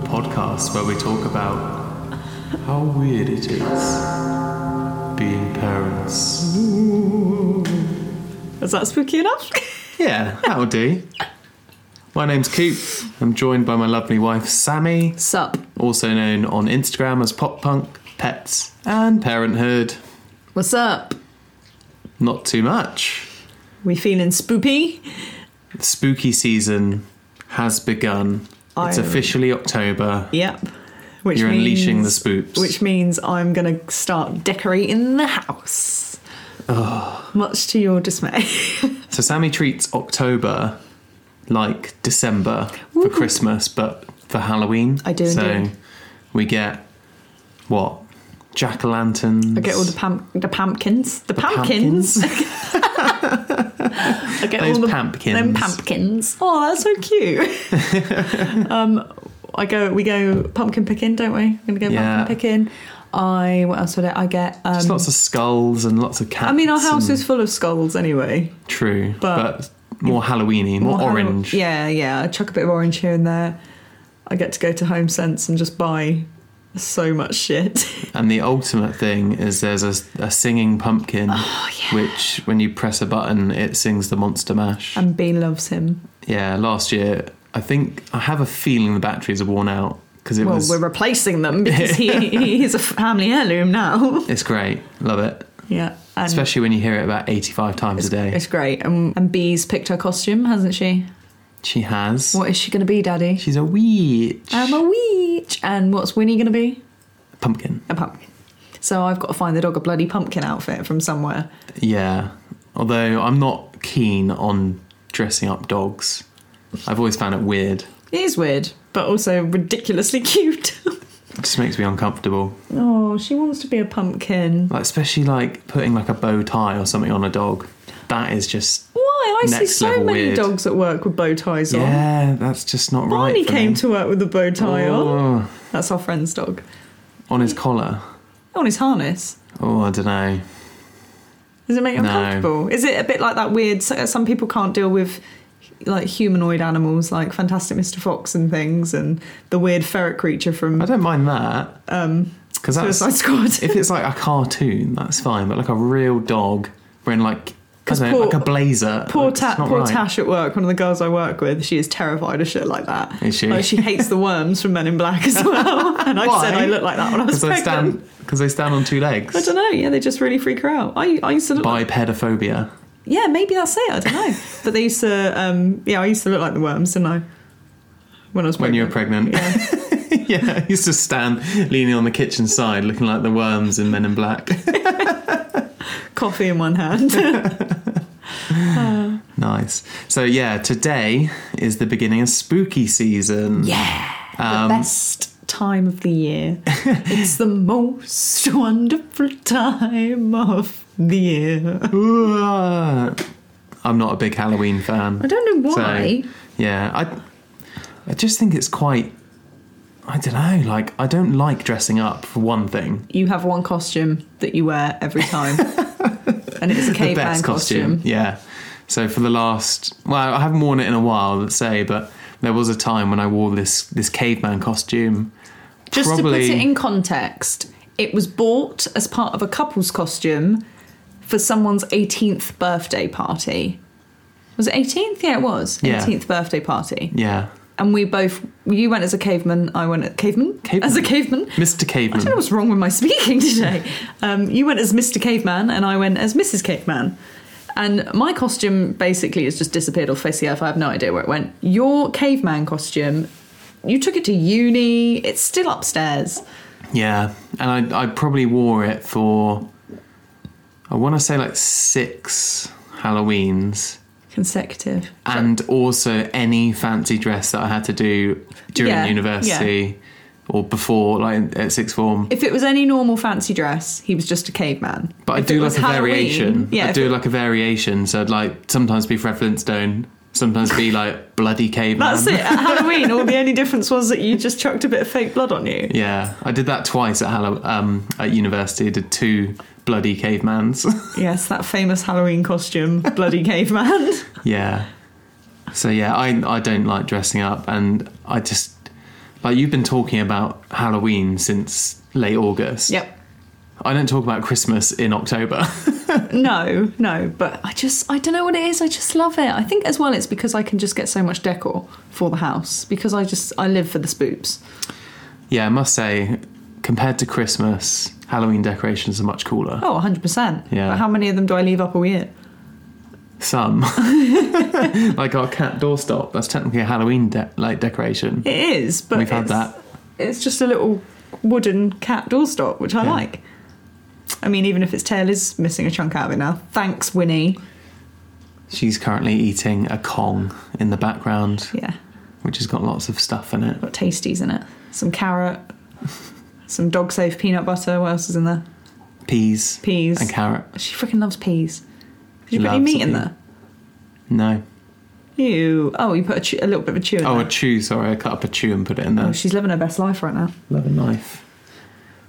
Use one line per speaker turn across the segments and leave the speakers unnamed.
podcast where we talk about how weird it is being parents.
Is that spooky enough?
Yeah, that'll do. My name's Coop. I'm joined by my lovely wife, Sammy,
Sup.
also known on Instagram as Pop Punk, Pets, and Parenthood.
What's up?
Not too much.
We feeling spoopy?
Spooky season has begun. It's
I'm-
officially October.
Yep. Which
You're
means,
unleashing the spoops.
Which means I'm gonna start decorating the house. Much to your dismay.
So Sammy treats October like December for Christmas, but for Halloween.
I do
So
indeed.
we get what jack o' lanterns.
I get all the pam- the pumpkins. The, pumpkins. I get
Those
all the
pumpkins.
Them pumpkins. Oh, that's so cute. um, I go. We go pumpkin picking, don't we? We're gonna go
Yeah.
pumpkin picking. I what else would I? I get. Um,
There's lots of skulls and lots of cats.
I mean, our house
and-
is full of skulls anyway.
true,
but-
but, more Halloweeny, more,
Or how-
orange.
yeah, yeah. I chuck a bit of orange here and there. I get to go to Home Sense and just buy so much shit.
And the ultimate thing is there's a, a singing pumpkin,
Oh,
which when you press a button, it sings the Monster Mash.
and Bean loves him.
yeah, last year I think I have a feeling the batteries are worn out because it
Well,
was.
we're replacing them because he, he's a family heirloom now.
It's great, love it.
Yeah, and
Especially when you hear it about 85 times a day.
it's great. And, and Bee's picked her costume, hasn't she?
She has.
What is she going to be, Daddy?
She's a witch.
I'm a witch. And what's Winnie going to be?
Pumpkin.
A pumpkin. So I've got to find the dog a bloody pumpkin outfit from somewhere.
Yeah. Although I'm not keen on dressing up dogs. I've always found it weird.
It is weird, but also ridiculously cute.
It just makes me uncomfortable.
oh, she wants to be a pumpkin.
Like especially like putting like a bow tie or something on a dog. That is just
Why? I see
Next
so
level
many
weird.
dogs at work with bow ties on.
Yeah, that's just not right.
Barney
for
came
me.
to work with a bow tie on.
Oh,
That's our friend's dog.
on his collar.
On his harness.
Oh, I don't know.
Does it make you
No.
uncomfortable? Is it a bit like that weird? so- uh, Some people can't deal with like humanoid animals, like Fantastic Mr. Fox and things, and the weird ferret creature
I
from
don't mind that. Um cuz that's
Suicide Squad.
if it's like a cartoon, that's fine. But like a real dog wearing like, I
'Cause
don't know,
poor-
like a blazer.
Poor,
like, it's
ta-
not
poor
right.
Tash at work, one of the girls I work with, she is terrified of shit like that.
Is she?
Like, she hates the worms from Men in Black as well. And I
Why?
said I look like that when I was
Because they
pregnant.
stand because they stand on two legs.
I don't know. Yeah, they just really freak her out. I, I used to look like,
Bipedophobia.
yeah, maybe that's it. I don't know. But they used to, um, yeah, I used to look like the worms, didn't I? When I was
When you were
pregnant.
pregnant.
Yeah.
yeah, I used to stand leaning on the kitchen side, looking like the worms in Men in Black.
coffee in one hand.
nice. So yeah, today is the beginning of spooky season.
yeah.
Um,
the best time of the year. it's the most wonderful time of the year.
Ooh, I'm not a big Halloween fan.
I don't know why.
So, yeah, I I just think it's quite I don't know, like I don't like dressing up for one thing.
You have one costume that you wear every time. and it's a
the
caveman
best
costume.
Yeah. So for the last well, I haven't worn it in a while, let's say, but there was a time when I wore this this caveman costume.
Just
Probably-
to put it in context, it was bought as part of a couple's costume for someone's 18th birthday party. Was it 18th? Yeah, it was.
Yeah.
18th birthday party.
Yeah.
and we both you went as a caveman i went as caveman,
Caveman.
as a caveman
Mr.
i don't know
Caveman.
what's wrong with my speaking today um, you went as mr caveman and i went as mrs caveman and my costume basically has just disappeared off face the earth i have no idea where it went your caveman costume you took it to uni it's still upstairs
Yeah. And I I probably wore it for I wanna say like six Halloweens.
consecutive
and also any fancy dress that I had to do during
Yeah,
university or before, like at sixth form.
if it was any normal fancy dress he was just a caveman
But I
If it
do like
was
a
Halloween-
variation.
yeah
I
if
do
it-
like a variation. So I'd like sometimes be Fred Flintstone, sometimes be like bloody caveman.
that's it at halloween all the only difference was that you just chucked a bit of fake blood on you
Yeah, I did that twice at Hallow- um, at university. I did two bloody cavemans.
Yes, that famous Halloween costume, bloody caveman.
yeah. So yeah, I I don't like dressing up, and I just Like you've been talking about Halloween since late August.
Yep.
I don't talk about Christmas in October.
No, no, but I just I don't know what it is. I just love it. I think as well it's because I can just get so much decor for the house because I just I live for the spoops.
yeah, I must say, compared to Christmas, Halloween decorations are much cooler.
Oh, 100%.
Yeah.
But how many of them do I leave up all year?
Some, like our cat doorstop, that's technically a Halloween de- like decoration.
It is, but
We've had
it's,
that.
It's just a little wooden cat doorstop, which I
Yeah.
like. I mean, even if its tail is missing a chunk out of it now. Thanks, Winnie.
She's currently eating a Kong in the background,
Yeah,
which has got lots of stuff in it.
got tasties in it. Some carrot, some dog safe peanut butter. What else is in there?
Peas
Peas.
and carrot.
she freaking loves peas. Did you put any
Loves a
meat in
pea.
there?
No.
Ew. Oh, you put a, chew, a little bit of a chew in
Oh, a
there.
chew, sorry, I cut up a chew and put it in there.
Oh, she's living her best life right now.
Love a knife.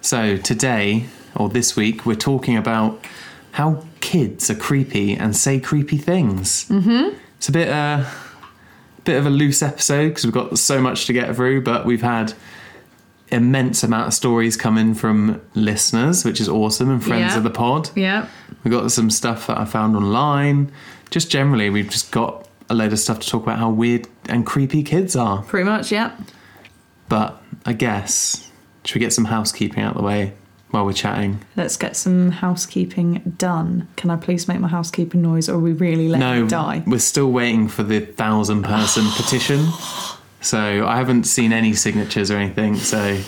So today, or this week, we're talking about how kids are creepy and say creepy things. Mm-hmm. It's a bit, uh, bit of a loose episode because we've got so much to get through, but we've had immense amount of stories coming from listeners, which is awesome, and friends
Yeah.
of the pod.
Yeah.
We got some stuff that I found online. Just generally, we've just got a load of stuff to talk about how weird and creepy kids are.
Pretty much, yeah.
But I guess, should we get some housekeeping out of the way while we're chatting?
Let's get some housekeeping done. Can I please make my housekeeping noise or we really let
no,
it die?
we're still waiting for the thousand person petition. So I haven't seen any signatures or anything. So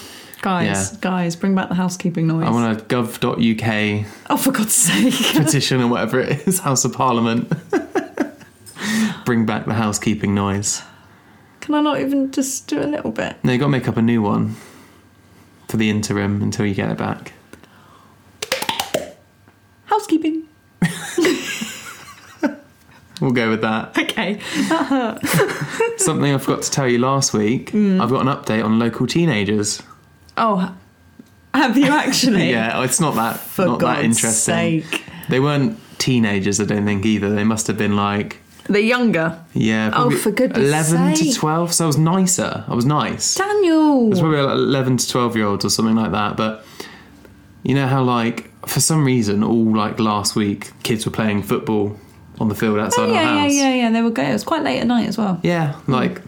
Guys,
Yeah.
guys, bring back the housekeeping noise.
I want to gov.uk
Oh, for God's sake.
petition or whatever it is, House of Parliament. Bring back the housekeeping noise.
Can I not even just do a little bit?
No, you got to make up a new one for the interim until you get it back.
Housekeeping.
We'll go with that.
Okay.
Something I forgot to tell you last week.
Hmm.
I've got an update on local teenagers.
Oh, have you actually?
Yeah, oh, it's not that
For
not
God's
that interesting.
sake.
They weren't teenagers, I don't think either. They must have been like
The younger.
yeah, probably
Oh, for goodness
eleven
sake.
to twelve. So I was nicer. I was nice. I
Daniel.
was probably like eleven to twelve year olds or something like that. But you know how like for some reason all like last week kids were playing football on the field
Oh,
outside our
yeah, yeah,
house.
yeah, yeah. They were gay. It was quite late at night as well.
Yeah, like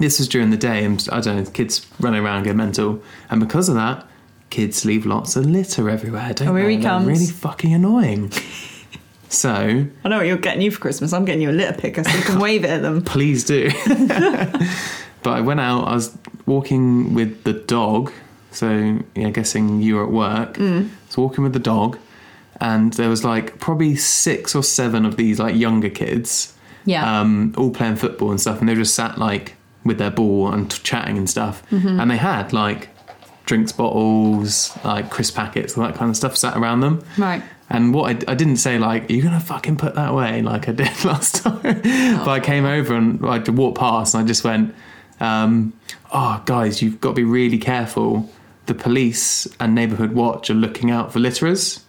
this was during the day, and I don't know, kids run around get mental, and because of that, kids leave lots of litter everywhere. Don't
Oh, here
they?
he
They're
comes.
Really fucking annoying. so
I know what you're getting you for Christmas. I'm getting you a litter picker so you can wave it at them.
please do. but I went out. I was walking with the dog. So yeah, guessing you were at work.
Hmm.
Mm. I was walking with the dog, and there was like probably six or seven of these like younger kids.
Yeah.
um, all playing football and stuff, and they just sat like with their ball and t- chatting and stuff. And they had like drinks bottles, like crisp packets, all that kind of stuff sat around them.
right.
And what I, I didn't say, like, are you gonna fucking put that away, like I did last time. but I came over and I d- walked past and I just went, um, oh, guys, you've got to be really careful. The police and neighbourhood watch are looking out for litterers.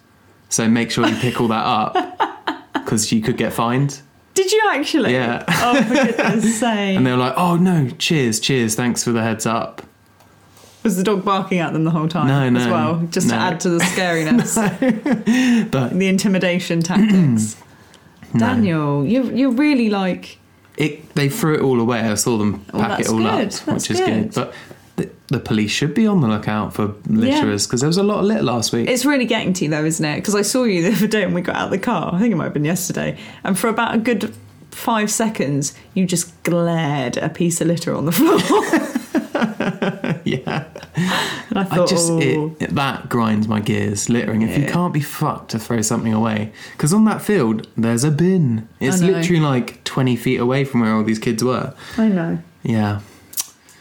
So make sure you pick all that up because you could get fined.
Did you actually?
Yeah.
Oh, for goodness sake.
And they were like, "Oh no, cheers, cheers, thanks for the heads up."
Was the dog barking at them the whole time
No,
as
no,
well? Just to
no.
add to the scariness.
But-
the intimidation tactics.
No.
Daniel, you you're really like
It, they threw it all away. I saw them
Oh,
pack
that's
it all up,
good, that's
which is
good.
good. But the, the police should be on the lookout for litterers because there was a lot of lit last week.
it's really getting to you though, isn't it? Because I saw you the other day when we got out of the car. I think it might have been yesterday, and for about a good five seconds, you just glared at a piece of litter on the floor,
yeah,
and I
I
thought,
just
oh,
it, that grinds my gears. Littering. If you
Yeah.
can't be fucked to throw something away, because on that field there's a bin. It's
know.
literally like twenty feet away from where all these kids were.
I know.
Yeah,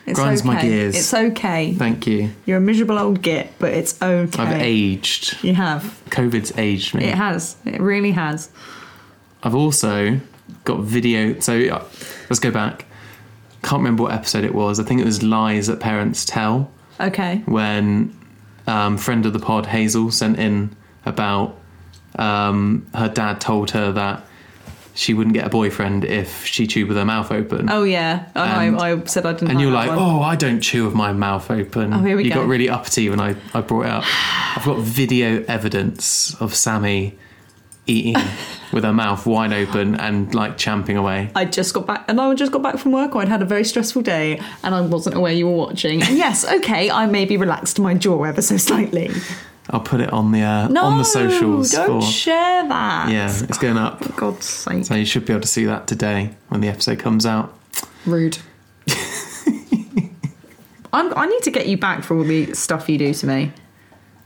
It's
Grinds
okay.
my gears.
It's okay.
thank you.
You're a miserable old git, but it's okay.
I've aged.
You have.
COVID's aged me.
It has. It really has.
I've also got video. So uh, let's go back. Can't remember what episode it was. I think it was lies that parents tell.
Okay.
When um, friend of the pod Hazel sent in about um, her dad told her that she wouldn't get a boyfriend if she chewed with her mouth open.
Oh yeah, oh,
And-
no, I, I said I didn't.
and
like
you're
that
like,
one.
oh, I don't chew with my mouth open.
Oh, here we
you
go.
got really uppity when I, I brought it up. I've got video evidence of Sammy eating with her mouth wide open and like champing away.
I just got back, and I just got back from work. I'd had a very stressful day, and I wasn't aware you were watching. And yes, okay, I maybe relaxed my jaw ever so slightly.
I'll put it on the uh,
No,
on the socials.
Don't
for,
share that.
yeah, it's going up.
For God's sake,
So you should be able to see that today when the episode comes out.
rude. I'm, I need to get you back for all the stuff you do to me.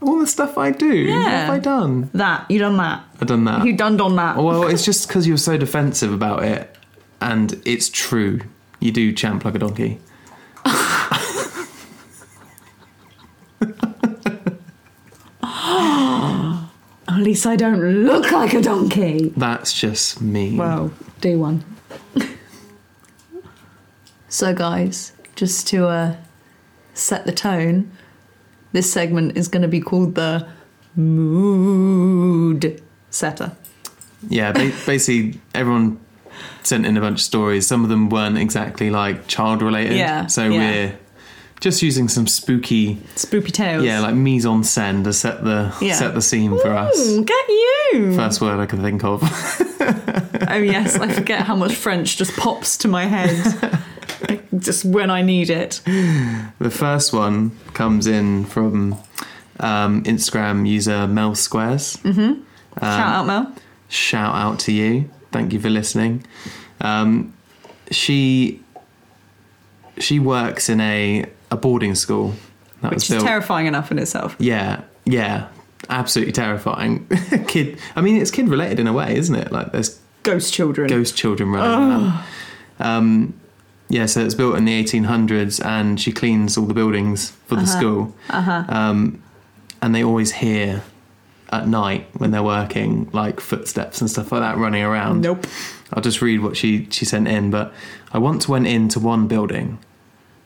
All the stuff I do. What have
Yeah.
I done?
That you done that.
I've done that.
You done done that.
Well, it's just because you're so defensive about it, and it's true. You do champ like a donkey.
At least I don't look like a donkey.
That's just me.
Well, do one. so, guys, just to uh, set the tone, this segment is going to be called the mood setter.
Yeah, ba- basically, everyone sent in a bunch of stories. Some of them weren't exactly like child related.
Yeah,
So
yeah.
we're just using some spooky,
Spoopy tales.
yeah, like mise en scène to set the
Yeah.
set the scene for us.
Ooh, Hmm, get you!
First word I can think of.
oh yes, I forget how much French just pops to my head, just when I need it.
Um, The first one comes in from um, Instagram user Mel Squares.
Shout out, Mel.
Shout out to you. Thank you for listening. Um, she she works in a, a boarding school. That
Which is terrifying enough in itself.
Yeah, yeah. Absolutely terrifying. kid I mean it's kid related in a way, isn't it? Like there's
Ghost children.
ghost children running around. Um, yeah, so it's built in the 1800s, and she cleans all the buildings for the school. Um, and they always hear at night when they're working, like footsteps and stuff like that running around.
Nope.
I'll just read what she, she sent in. But I once went into one building.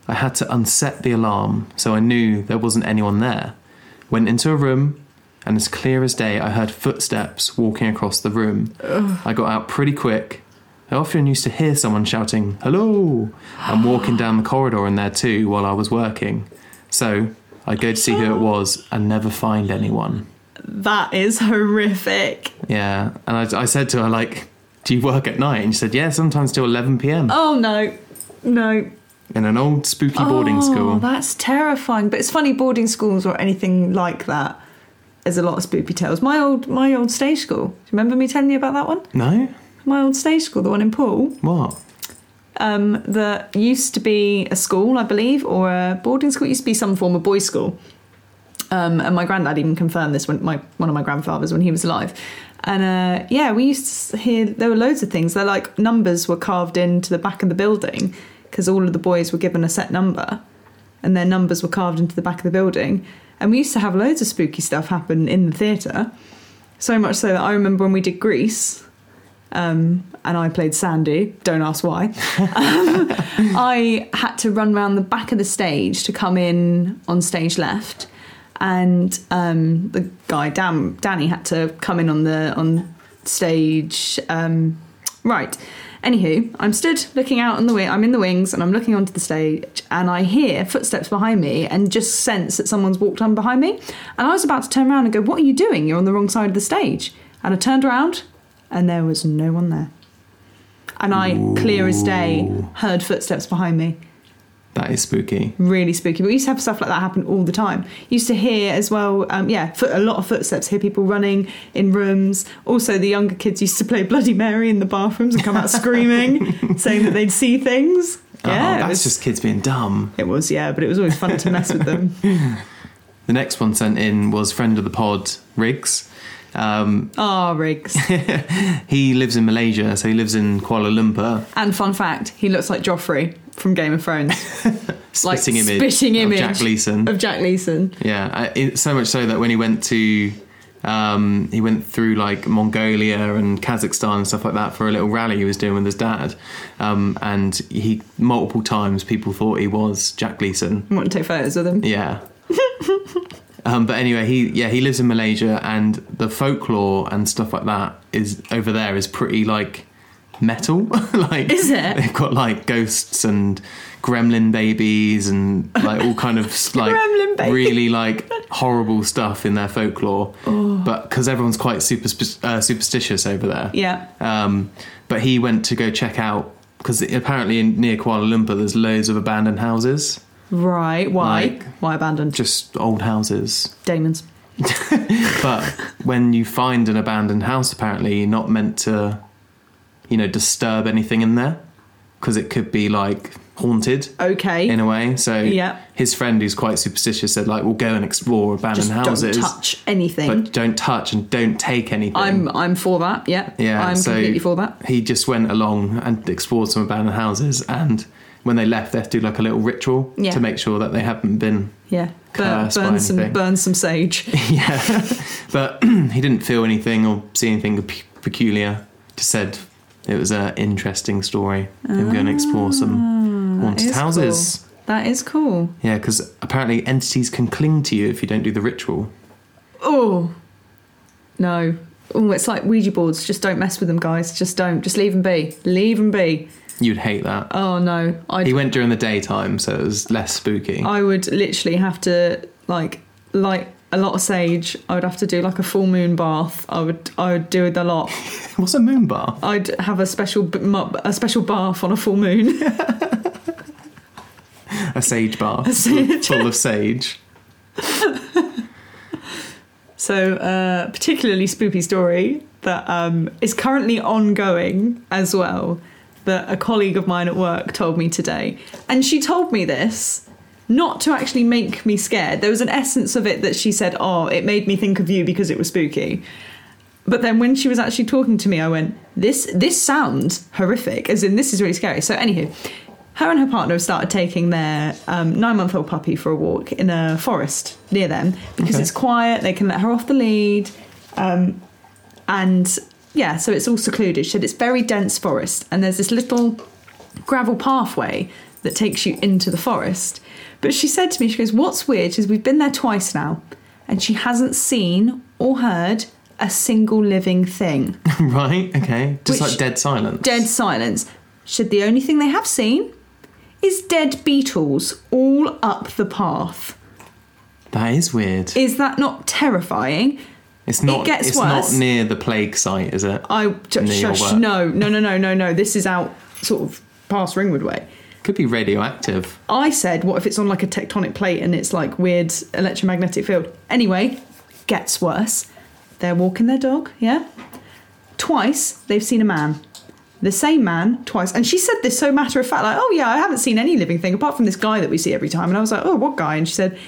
I had to unset the alarm, so I knew there wasn't anyone there. Went into a room, and as clear as day, I heard footsteps walking across the room. I got out pretty quick. I often used to hear someone shouting, hello, and walking down the corridor in there too while I was working. So I'd go to see who it was and never find anyone.
That is horrific.
Yeah, and I, I said to her, like, do you work at night? And she said, yeah, sometimes till 11 pm
Oh no, no.
in an old spooky boarding
oh,
school.
That's terrifying. But it's funny boarding schools or anything like that. There's a lot of spoopy tales. My old my old stage school. Do you remember me telling you about that one?
No?
My old stage school, the one in Poole,
What?
um, that used to be a school, I believe, or a boarding school. It used to be some form of boys' school. Um, and my granddad even confirmed this when my one of my grandfathers when he was alive. And uh, yeah, we used to hear there were loads of things. They're like numbers were carved into the back of the building because all of the boys were given a set number, and their numbers were carved into the back of the building. And we used to have loads of spooky stuff happen in the theatre. So much so that I remember when we did Grease, um, and I played Sandy. Don't ask why. Um, I had to run round the back of the stage to come in on stage left, and um, the guy Dan Danny had to come in on the on stage um, right. Anywho, I'm stood looking out on the wing. I'm in the wings and I'm looking onto the stage, and I hear footsteps behind me, and just sense that someone's walked on behind me. And I was about to turn around and go, "What are you doing? You're on the wrong side of the stage." And I turned around, and there was no one there. And I, clear as day, heard footsteps behind me.
That is spooky.
Really spooky. But we used to have stuff like that happen all the time. Used to hear as well, um, yeah, foot, a lot of footsteps, hear people running in rooms. Also, the younger kids used to play Bloody Mary in the bathrooms and come out screaming, saying that they'd see things. Yeah,
oh,
it,
that's
was,
just kids being dumb.
it was, yeah, but it was always fun to mess with them.
The next one sent in was friend of the pod, Riggs. Um,
Ah, Riggs.
he lives in Malaysia, so he lives in Kuala Lumpur.
And fun fact, he looks like Joffrey from Game of Thrones. Like
Spitting image,
spitting image
of Jack Leeson.
of Jack Leeson.
Yeah, I, it, so much so that when he went to, um, he went through like Mongolia and Kazakhstan and stuff like that for a little rally he was doing with his dad, um, and he multiple times people thought he was Jack Leeson.
I want to take photos with him.
Yeah. um, but anyway, he yeah he lives in Malaysia, and the folklore and stuff like that is over there is pretty like metal. like
Is it?
They've got like ghosts and gremlin babies and like all kind of s- like
Gremlin babies.
really like horrible stuff in their folklore.
Oh.
But because everyone's quite super uh, superstitious over there.
Yeah.
Um, but he went to go check out because apparently in, near Kuala Lumpur there's loads of abandoned houses,
Right. Why?
Like-
Why abandoned?
just old houses.
Demons.
But when you find an abandoned house, apparently you're not meant to, you know, disturb anything in there because it could be like haunted
Okay.
in a way. So
Yeah.
his friend, who's quite superstitious, said like, "We'll go and explore abandoned
Just
houses,
don't touch anything.
but don't touch and don't take anything."
I'm I'm for that. Yeah.
Yeah,
I'm
so-
completely for that.
he just went along and explored some abandoned houses and when they left they have to do like a little ritual
Yeah.
to make sure that they haven't been
Yeah. Burn,
Cursed by
burn some
anything.
burn some sage.
yeah but he didn't feel anything or see anything pe- peculiar just said it was an interesting story him going to explore some haunted
Ah, is
houses
That is cool.
yeah because apparently entities can cling to you if you don't do the ritual
Oh. No. Oh, it's like Ouija boards. Just don't mess with them, guys. Just don't. Just leave them be. Leave them be.
you'd hate that
Oh no. I'd
he went during the daytime so it was less spooky
I would literally have to like light a lot of sage. I would have to do like a full moon bath. I would I would do the lot.
what's a moon bar
I'd have a special b- mu- a special bath on a full moon.
a sage bar
sage.
full of sage
so uh, particularly spooky story that um, is currently ongoing as well. That a colleague of mine at work told me today, and she told me this not to actually make me scared. There was an essence of it that she said, "Oh, it made me think of you because it was spooky." But then when she was actually talking to me, I went, "This this sounds horrific." As in, this is really scary. So, anywho, her and her partner have started taking their um, nine-month-old puppy for a walk in a forest near them because
Okay.
it's quiet. They can let her off the lead, um, and yeah, so it's all secluded. She said it's very dense forest, and there's this little gravel pathway that takes you into the forest. But she said to me, she goes, What's weird is we've been there twice now, and she hasn't seen or heard a single living thing.
Right, okay. Just
Which-
like dead silence.
Dead silence. She said the only thing they have seen is dead beetles all up the path.
That is weird.
Is that not terrifying?
It's not
gets
it's
worse.
not near the plague site, is it?
I
Near your
shush,
work.
no, no, no, no, no, no. This is out sort of past Ringwood Way.
Could be radioactive.
I said, what if it's on like a tectonic plate and it's like weird electromagnetic field? Anyway, gets worse. They're walking their dog, yeah? Twice they've seen a man. The same man twice. And she said this so matter of fact, like, oh yeah, I haven't seen any living thing apart from this guy that we see every time. And I was like, oh, what guy? And she said,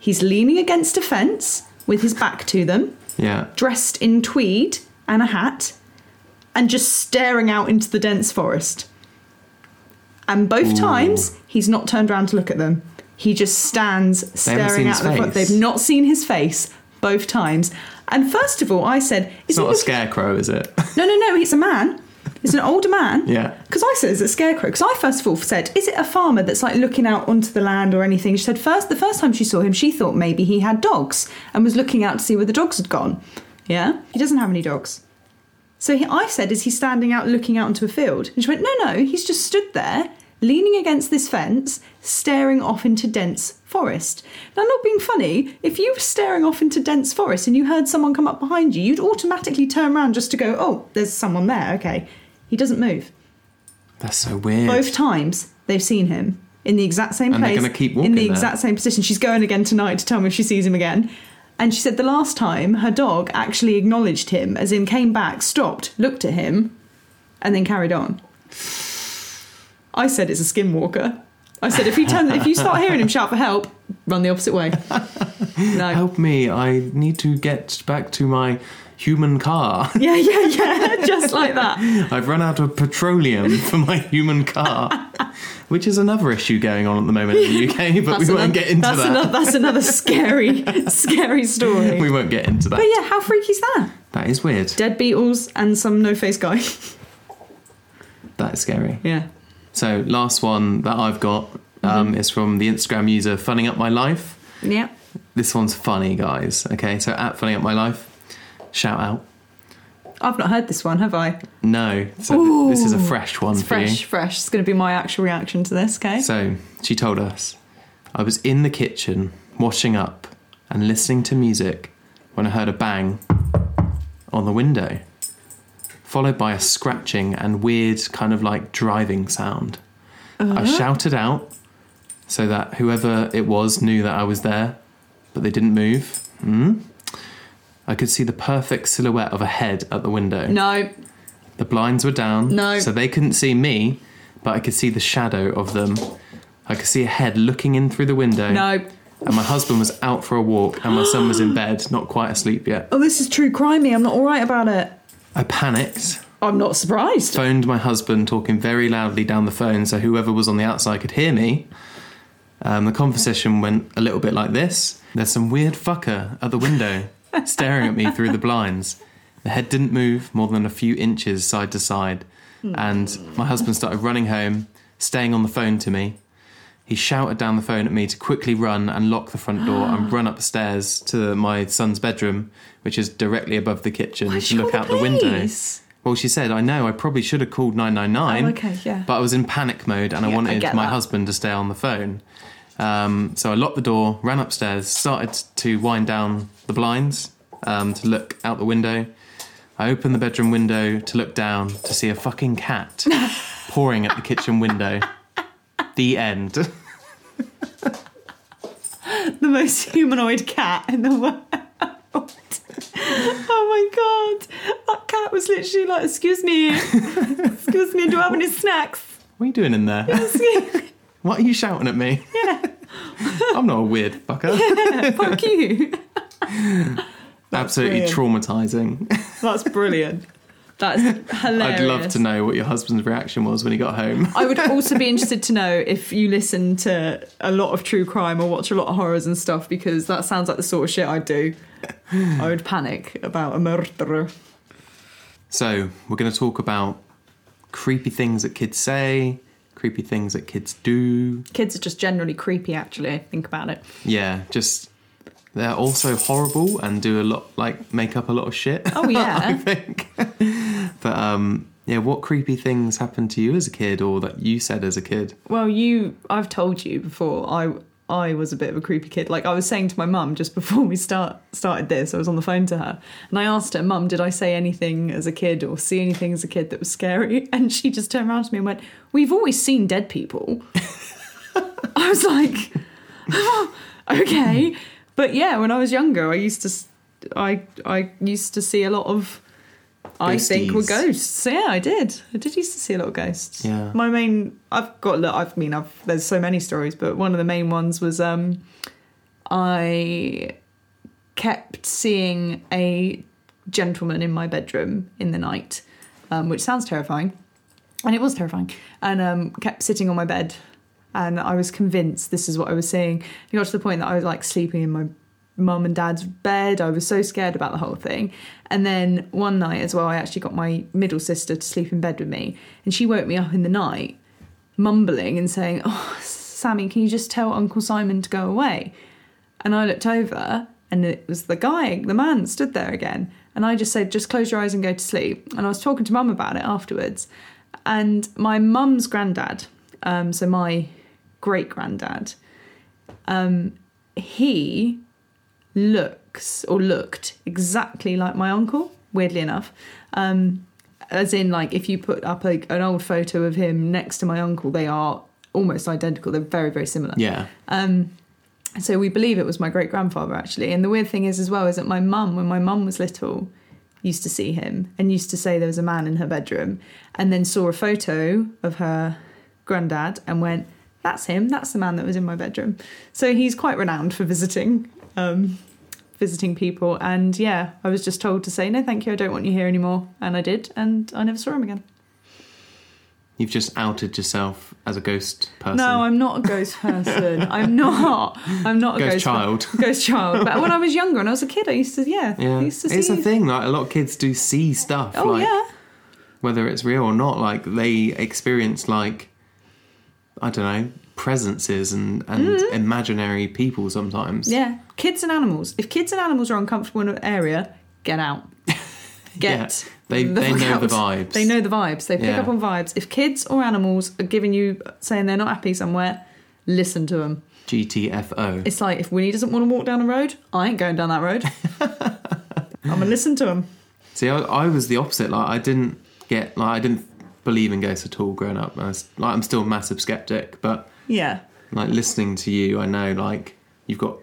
he's leaning against a fence with his back to them,
Yeah.
dressed in tweed and a hat, and just staring out into the dense forest. And both
Ooh.
times, he's not turned around to look at them. He just stands
haven't
staring
seen
out
his
the front.
face.
They've not seen his face both times. And first of all, I said,
It's
"Is
not
it
a scarecrow, is it?
no, no, no. It's a man. It's an older man.
Yeah.
Because I said, is it a scarecrow? Because I first of all said, is it a farmer that's like looking out onto the land or anything? She said first the first time she saw him, she thought maybe he had dogs and was looking out to see where the dogs had gone. Yeah. He doesn't have any dogs. So he, I said, is he standing out looking out into a field? And she went, no, no. He's just stood there. Leaning against this fence, staring off into dense forest. Now, I'm not being funny, if you were staring off into dense forest and you heard someone come up behind you, you'd automatically turn around just to go, oh, there's someone there, okay. He doesn't move.
That's so weird.
Both times they've seen him in the exact same
And they're
place,
gonna keep
in
walking
the
there.
exact same position. She's going again tonight to tell me if she sees him again. And she said the last time her dog actually acknowledged him, as in came back, stopped, looked at him, and then carried on. I said it's a skinwalker. I said if you turn, if you start hearing him shout for help, run the opposite way. No,
Help me, I need to get back to my human car.
yeah, yeah, yeah, just like that.
I've run out of petroleum for my human car. Which is another issue going on at the moment in the UK, but we won't get into
that's
that.
Another, that's another scary, scary story.
We won't get into that.
But yeah, how freaky is that?
That is weird.
Dead Beatles and some no face guy.
That is scary.
yeah.
So last one that I've got um,
Mm-hmm.
is from the Instagram user Funning Up My Life.
Yeah.
This one's funny, guys. Okay, so at Funny Up My Life, shout out.
I've not heard this one, have I?
No. So th- this is a
Ooh,
fresh one
It's
for
fresh,
you.
fresh. It's going to be my actual reaction to this, okay?
So she told us, I was in the kitchen washing up and listening to music when I heard a bang on the window, followed by a scratching and weird kind of like driving sound. I shouted out so that whoever it was knew that I was there, but they didn't move. Hmm? I could see the perfect silhouette of a head at the window.
no,
The blinds were down,
No.
so they couldn't see me, but I could see the shadow of them. I could see a head looking in through the window.
no.
And my husband was out for a walk, and my son was in bed, not quite asleep yet.
Oh, this is true crimey. I'm not all right about it.
I panicked,
I'm not surprised.
phoned my husband, talking very loudly down the phone, so whoever was on the outside could hear me. Um, the conversation went a little bit like this There's some weird fucker at the window, staring at me through the blinds. The head didn't move more than a few inches side to side, and my husband started running home, staying on the phone to me. He shouted down the phone at me to quickly run and lock the front door and run upstairs to my son's bedroom, which is directly above the kitchen,
Why
to look
should
out the window.
police?
Well, she said, I know, I probably should have called 999.
Oh, okay, yeah.
But I was in panic mode and I
Yeah, I
wanted
get
my
that.
husband to stay on the phone. Um, so I locked the door, ran upstairs, started to wind down the blinds um, to look out the window. I opened the bedroom window to look down to see a fucking cat pouring at the kitchen window. The end.
The most humanoid cat in the world. oh my god. That cat was literally like, excuse me. excuse me, do I have any snacks?
What are you doing in there? Why are you shouting at me? Yeah. I'm not a weird fucker.
Fuck you.
Absolutely traumatizing.
That's brilliant. That's hilarious.
I'd love to know what your husband's reaction was when he got home.
I would also be interested to know if you listen to a lot of true crime or watch a lot of horrors and stuff because that sounds like the sort of shit I'd do. I would panic about a murderer.
So, we're going to talk about creepy things that kids say, creepy things that kids do.
Kids are just generally creepy, actually. Think about it.
Yeah, just they're also horrible and do a lot, like, make up a lot of shit,
Oh
I
yeah.
think. but, um, yeah, what creepy things happened to you as a kid or that you said as a kid?
well, you. I've told you before. I I was a bit of a creepy kid. Like I was saying to my mum just before we start started this, I was on the phone to her and I asked her, "Mum, did I say anything as a kid or see anything as a kid that was scary?" And she just turned around to me and went, "We've always seen dead people." I was like, okay, but yeah, when I was younger, I used to, s- I I used to see a lot of. I think were
Ghosties.
ghosts. Yeah, I did. I did used to see a lot of ghosts.
Yeah.
My main, I've got. Look, I mean, I've there's so many stories, but one of the main ones was um, I kept seeing a gentleman in my bedroom in the night, um, which sounds terrifying, and it was terrifying, and um, kept sitting on my bed, and I was convinced this is what I was seeing. It got to the point that I was like sleeping in my mum and dad's bed. I was so scared about the whole thing. And then one night as well, I actually got my middle sister to sleep in bed with me, and she woke me up in the night, mumbling and saying, "Oh, Sammy, can you just tell Uncle Simon to go away?" And I looked over, and it was the guy, the man that stood there again. And I just said, just close your eyes and go to sleep. And I was talking to mum about it afterwards. And my mum's granddad, um, so my great granddad, um, he looks or looked exactly like my uncle, weirdly enough. Um, as in, like, if you put up like an old photo of him next to my uncle, they are almost identical. They're very, very similar.
Yeah.
Um, so we believe it was my great grandfather actually. And the weird thing is as well is that my mum, when my mum was little, used to see him and used to say there was a man in her bedroom, and then saw a photo of her granddad and went, "That's him. That's the man that was in my bedroom." So he's quite renowned for visiting. Um, visiting people and yeah i was just told to say no thank you i don't want you here anymore and i did and i never saw him again
You've just outed yourself as a ghost person.
No, I'm not a ghost person. I'm not. I'm not a
Ghost
ghost,
child.
per- Ghost child. But when I was younger and I was a kid, I used to yeah,
yeah.
I used to see.
It's a thing, like, a lot of kids do see stuff.
Oh
like,
yeah,
whether it's real or not, like they experience like I don't know presences and and
Mm-hmm.
imaginary people sometimes.
yeah. Kids and animals. If kids and animals are uncomfortable in an area, get out. Get
They-
the
they
fuck
know
out.
the vibes.
They know the vibes. They pick
Yeah.
up on vibes. If kids or animals are giving you saying they're not happy somewhere, listen to them.
GTFO.
It's like if Winnie doesn't want to walk down a road, I ain't going down that road. I'm gonna listen to him.
See, I, I was the opposite. Like, I didn't get, like, I didn't believe in ghosts at all growing up. I was, like, I'm still a massive skeptic, but
Yeah,
like listening to you, I know like you've got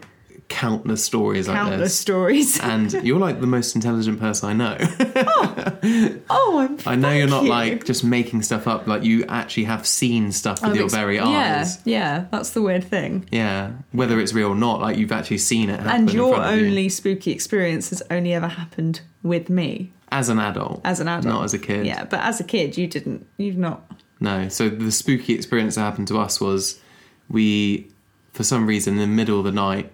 countless stories like
countless
this.
stories.
And you're like the most intelligent person I know.
oh, I'm
I know you're not
you.
like just making stuff up. Like you actually have seen stuff with
I'm
your
ex-
very
yeah,
eyes.
Yeah, that's the weird thing.
Yeah, whether it's real or not, like you've actually seen it. Happen
and
in
your
front of you.
only spooky experience has only ever happened with me
as an adult,
as an adult.
not as a kid.
Yeah, but as a kid, you didn't. You've not.
No. So the spooky experience that happened to us was we, for some reason, in the middle of the night,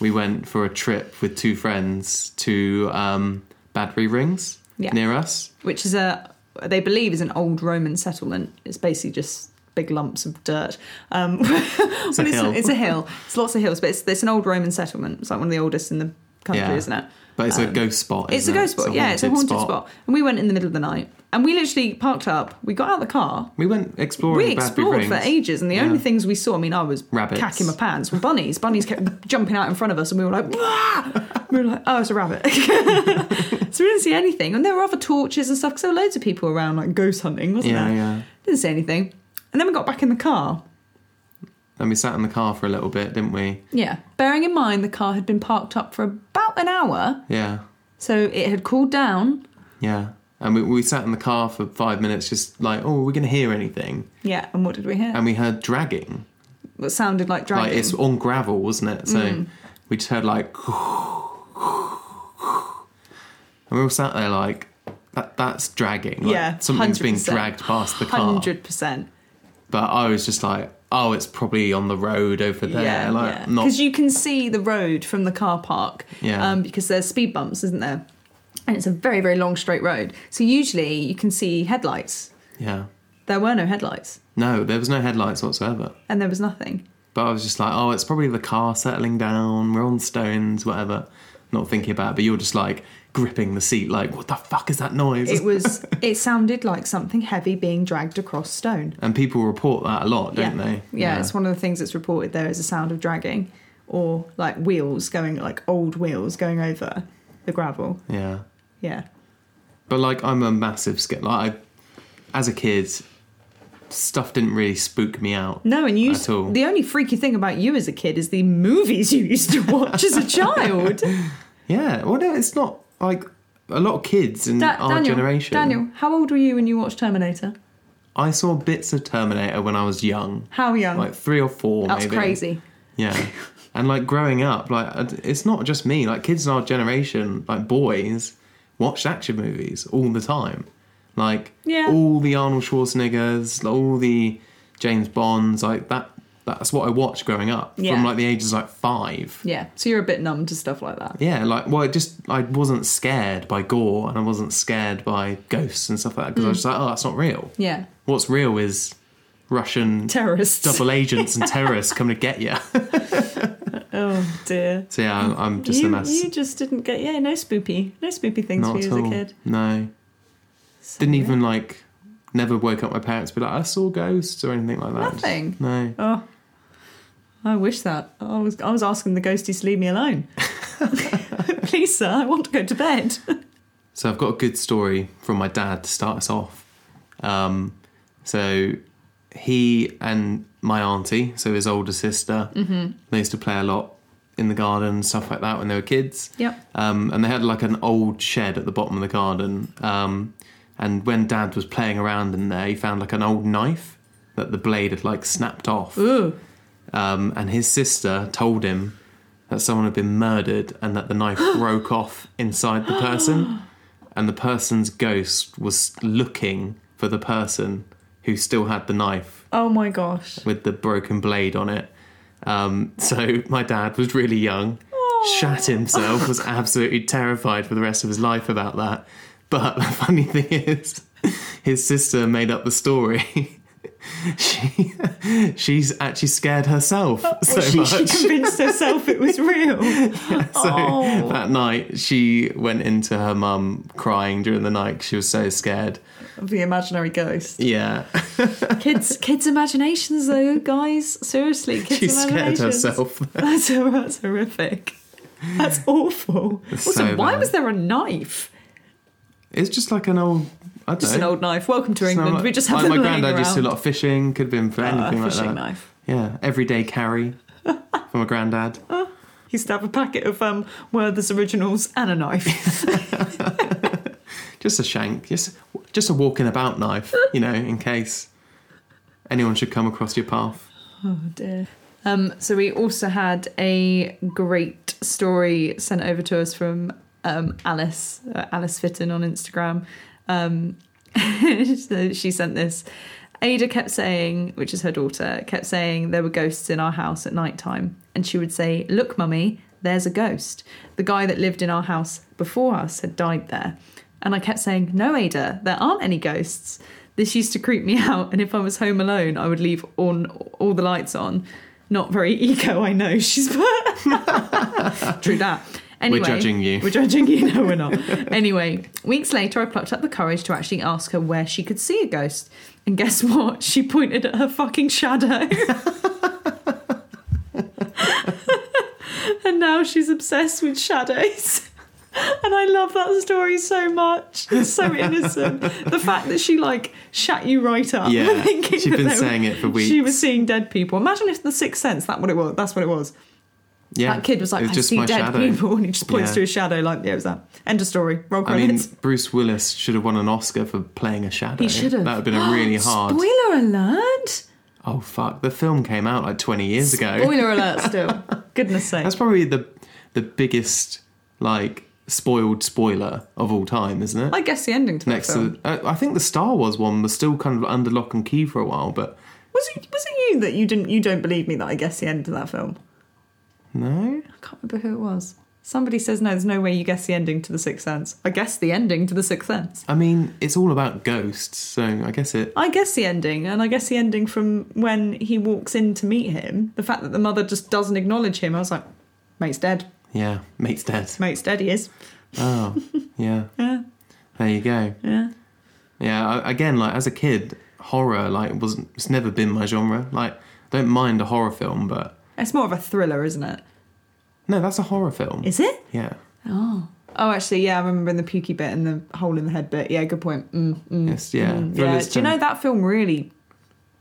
we went for a trip with two friends to um, Badbury Rings
Yeah.
near us.
Which is a they believe is an old Roman settlement. It's basically just big lumps of dirt. Um, but it's
a hill.
it's a hill. It's lots of hills, but it's, it's an old Roman settlement. It's like one of the oldest in the country,
Yeah.
isn't it?
But it's a ghost spot.
Um, It's a
isn't it?
ghost spot. yeah, it's a haunted spot. And we went in the middle of the night, and we literally parked up. We got out of the car.
We went exploring.
We explored
Badbury
for
Rings.
ages, and the
Yeah.
only things we saw, I mean, I was
Rabbits.
cacking my pants, were bunnies. Bunnies kept jumping out in front of us, and we were like, "Wah!" we were like, oh, it's a rabbit. so we didn't see anything. And there were other torches and stuff, because there were loads of people around, like ghost hunting, wasn't
Yeah,
there?
yeah.
Didn't see anything. And then we got back in the car.
And we sat in the car for a little bit, didn't we?
Yeah. Bearing in mind, the car had been parked up for about an hour,
Yeah,
so it had cooled down.
yeah. And we, we sat in the car for five minutes, just like, oh, we're going to hear anything.
Yeah, and what did we hear?
And we heard dragging.
That sounded like dragging.
Um,
Mm.
Like, it's on gravel, wasn't it? So we just heard, like, and we all sat there, like, that, that's dragging. Like,
yeah,
Something's being
100%.
dragged past the car.
100%.
But I was just like, oh, it's probably on the road over there.
Yeah,
like,
yeah.
not.
Because you can see the road from the car park.
Yeah.
Um, because there's speed bumps, isn't there? And it's a very, very long straight road. So usually you can see headlights.
Yeah.
There were no headlights,
No, there was no headlights whatsoever.
and there was nothing.
But I was just like, oh, it's probably the car settling down. We're on stones, whatever. Not thinking about it, but you're just like gripping the seat, like, what the fuck is that noise?
It was. it sounded like something heavy being dragged across stone.
and people report that a lot, don't
yeah.
they?
Yeah, It's one of the things that's reported. There is a sound of dragging, or like wheels going, like old wheels going over the gravel.
Yeah.
Yeah.
But like, I'm a massive skeptic. Like, I, as a kid, stuff didn't really spook me out.
No, and you.
At all.
The only freaky thing about you as a kid is the movies you used to watch as a child.
Yeah. Well, no, it's not like a lot of kids in
Da-
our
Daniel,
generation.
Daniel, how old were you when you watched Terminator?
I saw bits of Terminator when I was young,
How young?
like three or four.
That's
maybe.
Um, crazy.
Yeah. And like growing up, like I'd- it's not just me. Like kids in our generation, like boys, watched action movies all the time. Like
Yeah.
all the Arnold Schwarzeneggers, all the James Bonds, like that. That's what I watched growing up
Yeah.
from like the ages like five.
Yeah, so you're a bit numb to stuff like that.
Yeah, like well, it just I wasn't scared by gore and I wasn't scared by ghosts and stuff like
Mm.
that because I was just like, oh, that's not real.
Yeah,
What's real is Russian
terrorists.
double agents and terrorists coming to get you.
Oh dear.
So yeah, I'm, I'm just
you,
a mess.
you just didn't get yeah no spoopy no spoopy things for you as a kid.
No.
So
Didn't
weird.
even like never woke up my parents be like, I saw ghosts or anything like that.
Nothing?
No.
Oh, I wish that I was I was asking the ghosties to leave me alone. Please, sir, I want to go to bed.
So I've got a good story from my dad to start us off. Um, so he and my auntie, so his older sister,
Mm-hmm.
they used to play a lot in the garden and stuff like that when they were kids.
Yep.
Um, and they had like an old shed at the bottom of the garden. Um, and when dad was playing around in there, he found like an old knife that the blade had like snapped off.
Ooh.
um, and his sister told him that someone had been murdered and that the knife broke off inside the person, and the person's ghost was looking for the person who still had the knife
Oh my gosh.
with the broken blade on it. Um, so my dad was really young, shat himself, was absolutely terrified for the rest of his life about that. But the funny thing is, his sister made up the story she she's actually scared herself so
Oh, she,
much.
she convinced herself it was real.
So
Oh.
that night, she went into her mum crying during the night. 'cause She was so scared.
The imaginary ghost.
Yeah,
Kids, kids' imaginations, though, guys. Seriously, kids'
she scared
imaginations.
herself.
That's, that's horrific. That's awful. also,
so
why
bad.
was there a knife?
It's just like an old. I don't
Just an
know.
old knife. Welcome to
It's not
England.
like-
we just have
like
a
my
laying
granddad used to do a
around.
lot of fishing. Could have been for
Ah,
anything like
fishing
that.
knife.
Yeah, everyday carry from a granddad.
He used to have a packet of um, Werther's originals and a knife.
Just a shank. Just just a walking about knife. You know, in case anyone should come across your path.
oh dear. Um, so we also had a great story sent over to us from um, Alice, uh, Alice Fitton on Instagram. Um, so she sent this. Ada kept saying, which is her daughter, kept saying there were ghosts in our house at night time. And she would say, Look, mummy, there's a ghost. The guy that lived in our house before us had died there. And I kept saying, No, Ada, there aren't any ghosts. This used to creep me out. And if I was home alone, I would leave on all the lights on. Not very eco, I know, she's put. True that. Anyway,
judging you.
We're judging you. No, we're not. anyway, weeks later, I plucked up the courage to actually ask her where she could see a ghost. And guess what? She pointed at her fucking shadow. and now she's obsessed with shadows. And I love that story so much. It's so innocent. the fact that she like shat you right up.
Yeah,
thinking
she'd
that
been
they were-
saying it
She
for weeks.
was seeing dead people. Imagine if the sixth sense that what it was. That's what it was.
Yeah,
That kid was like,
it was
I
just
see
my
dead
shadow.
people, and he just points
Yeah.
to his shadow. Like, yeah, it was that. End of story. Roll
I mean,
credits.
Bruce Willis should have won an Oscar for playing a shadow.
he should have.
That would have been a really hard.
Spoiler alert!
oh fuck! The film came out like 20 years ago.
Spoiler alert! Still, goodness sake.
That's probably the the biggest like spoiled spoiler of all time, isn't it?
I guess the ending to that
Next
film.
to, uh, I think the Star Wars one was still kind of under lock and key for a while, but
Was it was it you that you didn't you don't believe me that I guess the end of that film?
no.
I can't remember who it was. Somebody says no. There's no way you guess the ending to the Sixth Sense. I guess the ending to the Sixth Sense.
I mean, it's all about ghosts, so I guess it.
I guess the ending, and I guess the ending from when he walks in to meet him. The fact that the mother just doesn't acknowledge him. I was like, mate's dead.
Yeah, mate's dead.
Mate's dead. He is.
Oh, yeah.
Yeah.
There you go.
Yeah.
Yeah, I, again, like as a kid, horror like wasn't. It's never been my genre. Like, don't mind a horror film, but
It's more of a thriller, isn't it?
no, that's a horror film.
Is it?
yeah,
Oh. Oh, actually, yeah, I remember in the pukey bit and the hole in the head bit. Yeah, good point. Mm, mm,
Yes, yeah.
mm, yeah.
Thrillers
Do you know that film really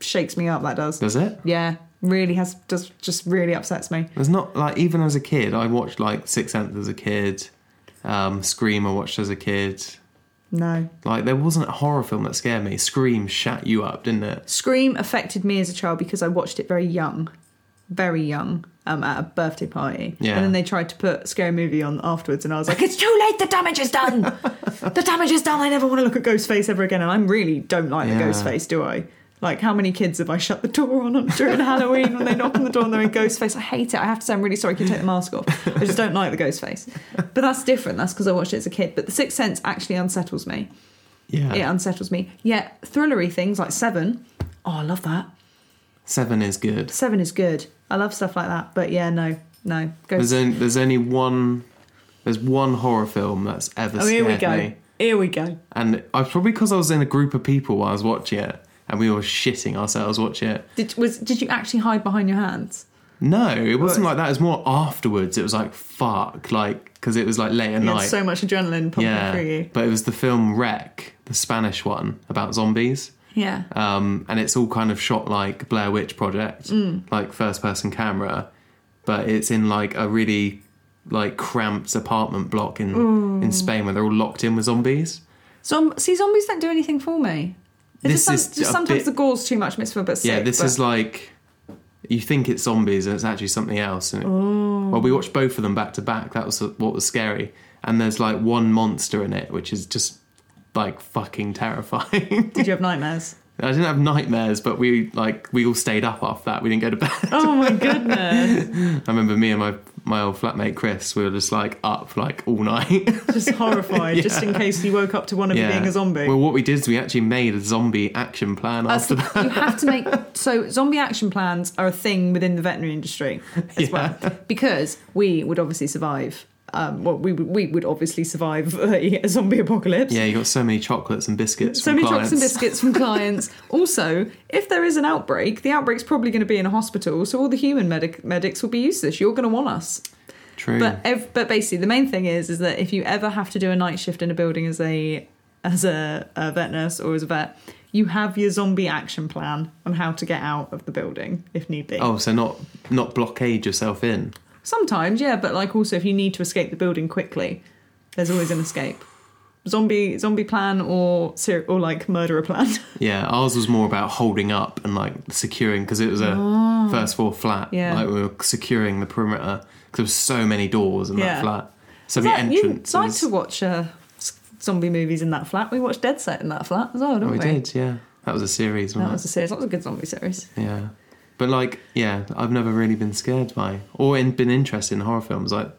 shakes me up? That does.
does it?
Yeah, really has does just really upsets me.
There's not like even as a kid, I watched like Sixth Sense as a kid, um, Scream I watched as a kid.
No.
Like there wasn't a horror film that scared me. Scream shat you up, didn't it?
Scream affected me as a child because I watched it very young, very young, um, at a birthday party.
Yeah.
And then they tried to put Scary Movie on afterwards, and I was like, it's too late, the damage is done! the damage is done, I never want to look at Ghostface ever again. And I really don't like the
Yeah.
Ghostface, do I? Like, how many kids have I shut the door on during Halloween when they knock on the door and they're in Ghostface? I hate it. I have to say, I'm really sorry. Can you take the mask off? I just don't like the Ghostface. But that's different. That's because I watched it as a kid. But The Sixth Sense actually unsettles me
Yeah.
it unsettles me. Yeah, thrillery things like Seven. Oh, I love that.
Seven is good.
Seven is good. I love stuff like that. But yeah, no, no. Go.
There's only, there's only one. There's one horror film that's ever
Oh,
scared
here we go.
me,
Here we go.
and I probably because I was in a group of people while I was watching it, and we were shitting ourselves watching it.
Did was did you actually hide behind your hands?
No, it wasn't
Right.
like that. It was more afterwards. It was like fuck, like because it was like late at
You
night.
had so much adrenaline pumping
yeah,
through you.
but it was the film Wreck, the Spanish one about zombies.
Yeah.
um, and it's all kind of shot like Blair Witch Project,
Mm.
like first person camera, but it's in like a really like cramped apartment block in in Spain where they're all locked in with zombies.
Zom- see, zombies don't do anything for me. It just,
This
some-
is
just
a
sometimes
bit-
the gore's too much. Makes me feel a bit sick.
yeah, this
but-
is like you think it's zombies and it's actually something else. And it- well, we watched both of them back to back. That was what was scary. And there's like one monster in it, which is just like fucking terrifying.
Did you have nightmares?
I didn't have nightmares, but we like we all stayed up after that. We didn't go to bed.
oh my goodness.
I remember me and my my old flatmate Chris, we were just like up like all night.
Just horrified, just in case you woke up to one of you being a zombie.
Well, what we did is we actually made a zombie action plan
That's
after
the-
that.
you have to make so zombie action plans are a thing within the veterinary industry as well because we would obviously survive. Um, well, we would- we would obviously survive a zombie apocalypse.
Yeah, you got so many chocolates and biscuits.
So
from
many chocolates
clients.
and biscuits from clients. also, if there is an outbreak, the outbreak's probably going to be in a hospital, so all the human medic- medics will be useless. You're going to want us.
True.
But ev- but basically, the main thing is is that if you ever have to do a night shift in a building as a as a, a vet nurse or as a vet, you have your zombie action plan on how to get out of the building if need be.
oh, so not not blockade yourself in.
Sometimes, yeah, but like also if you need to escape the building quickly, there's always an escape. Zombie zombie plan or ser- or like murderer plan.
Yeah, ours was more about holding up and like securing because it was a first floor flat.
Oh. Yeah.
like we were securing the perimeter because there was so many doors in
Yeah.
that flat. So many
Like, you
entrances.
like to watch uh, s- zombie movies in that flat. We watched Dead Set in that flat as well, didn't
Oh, we did. Yeah, that was a series.
That
Wasn't
was a series. That was a good zombie series.
it? Yeah, but like, yeah, I've never really been scared by or in, been interested in horror films. Like,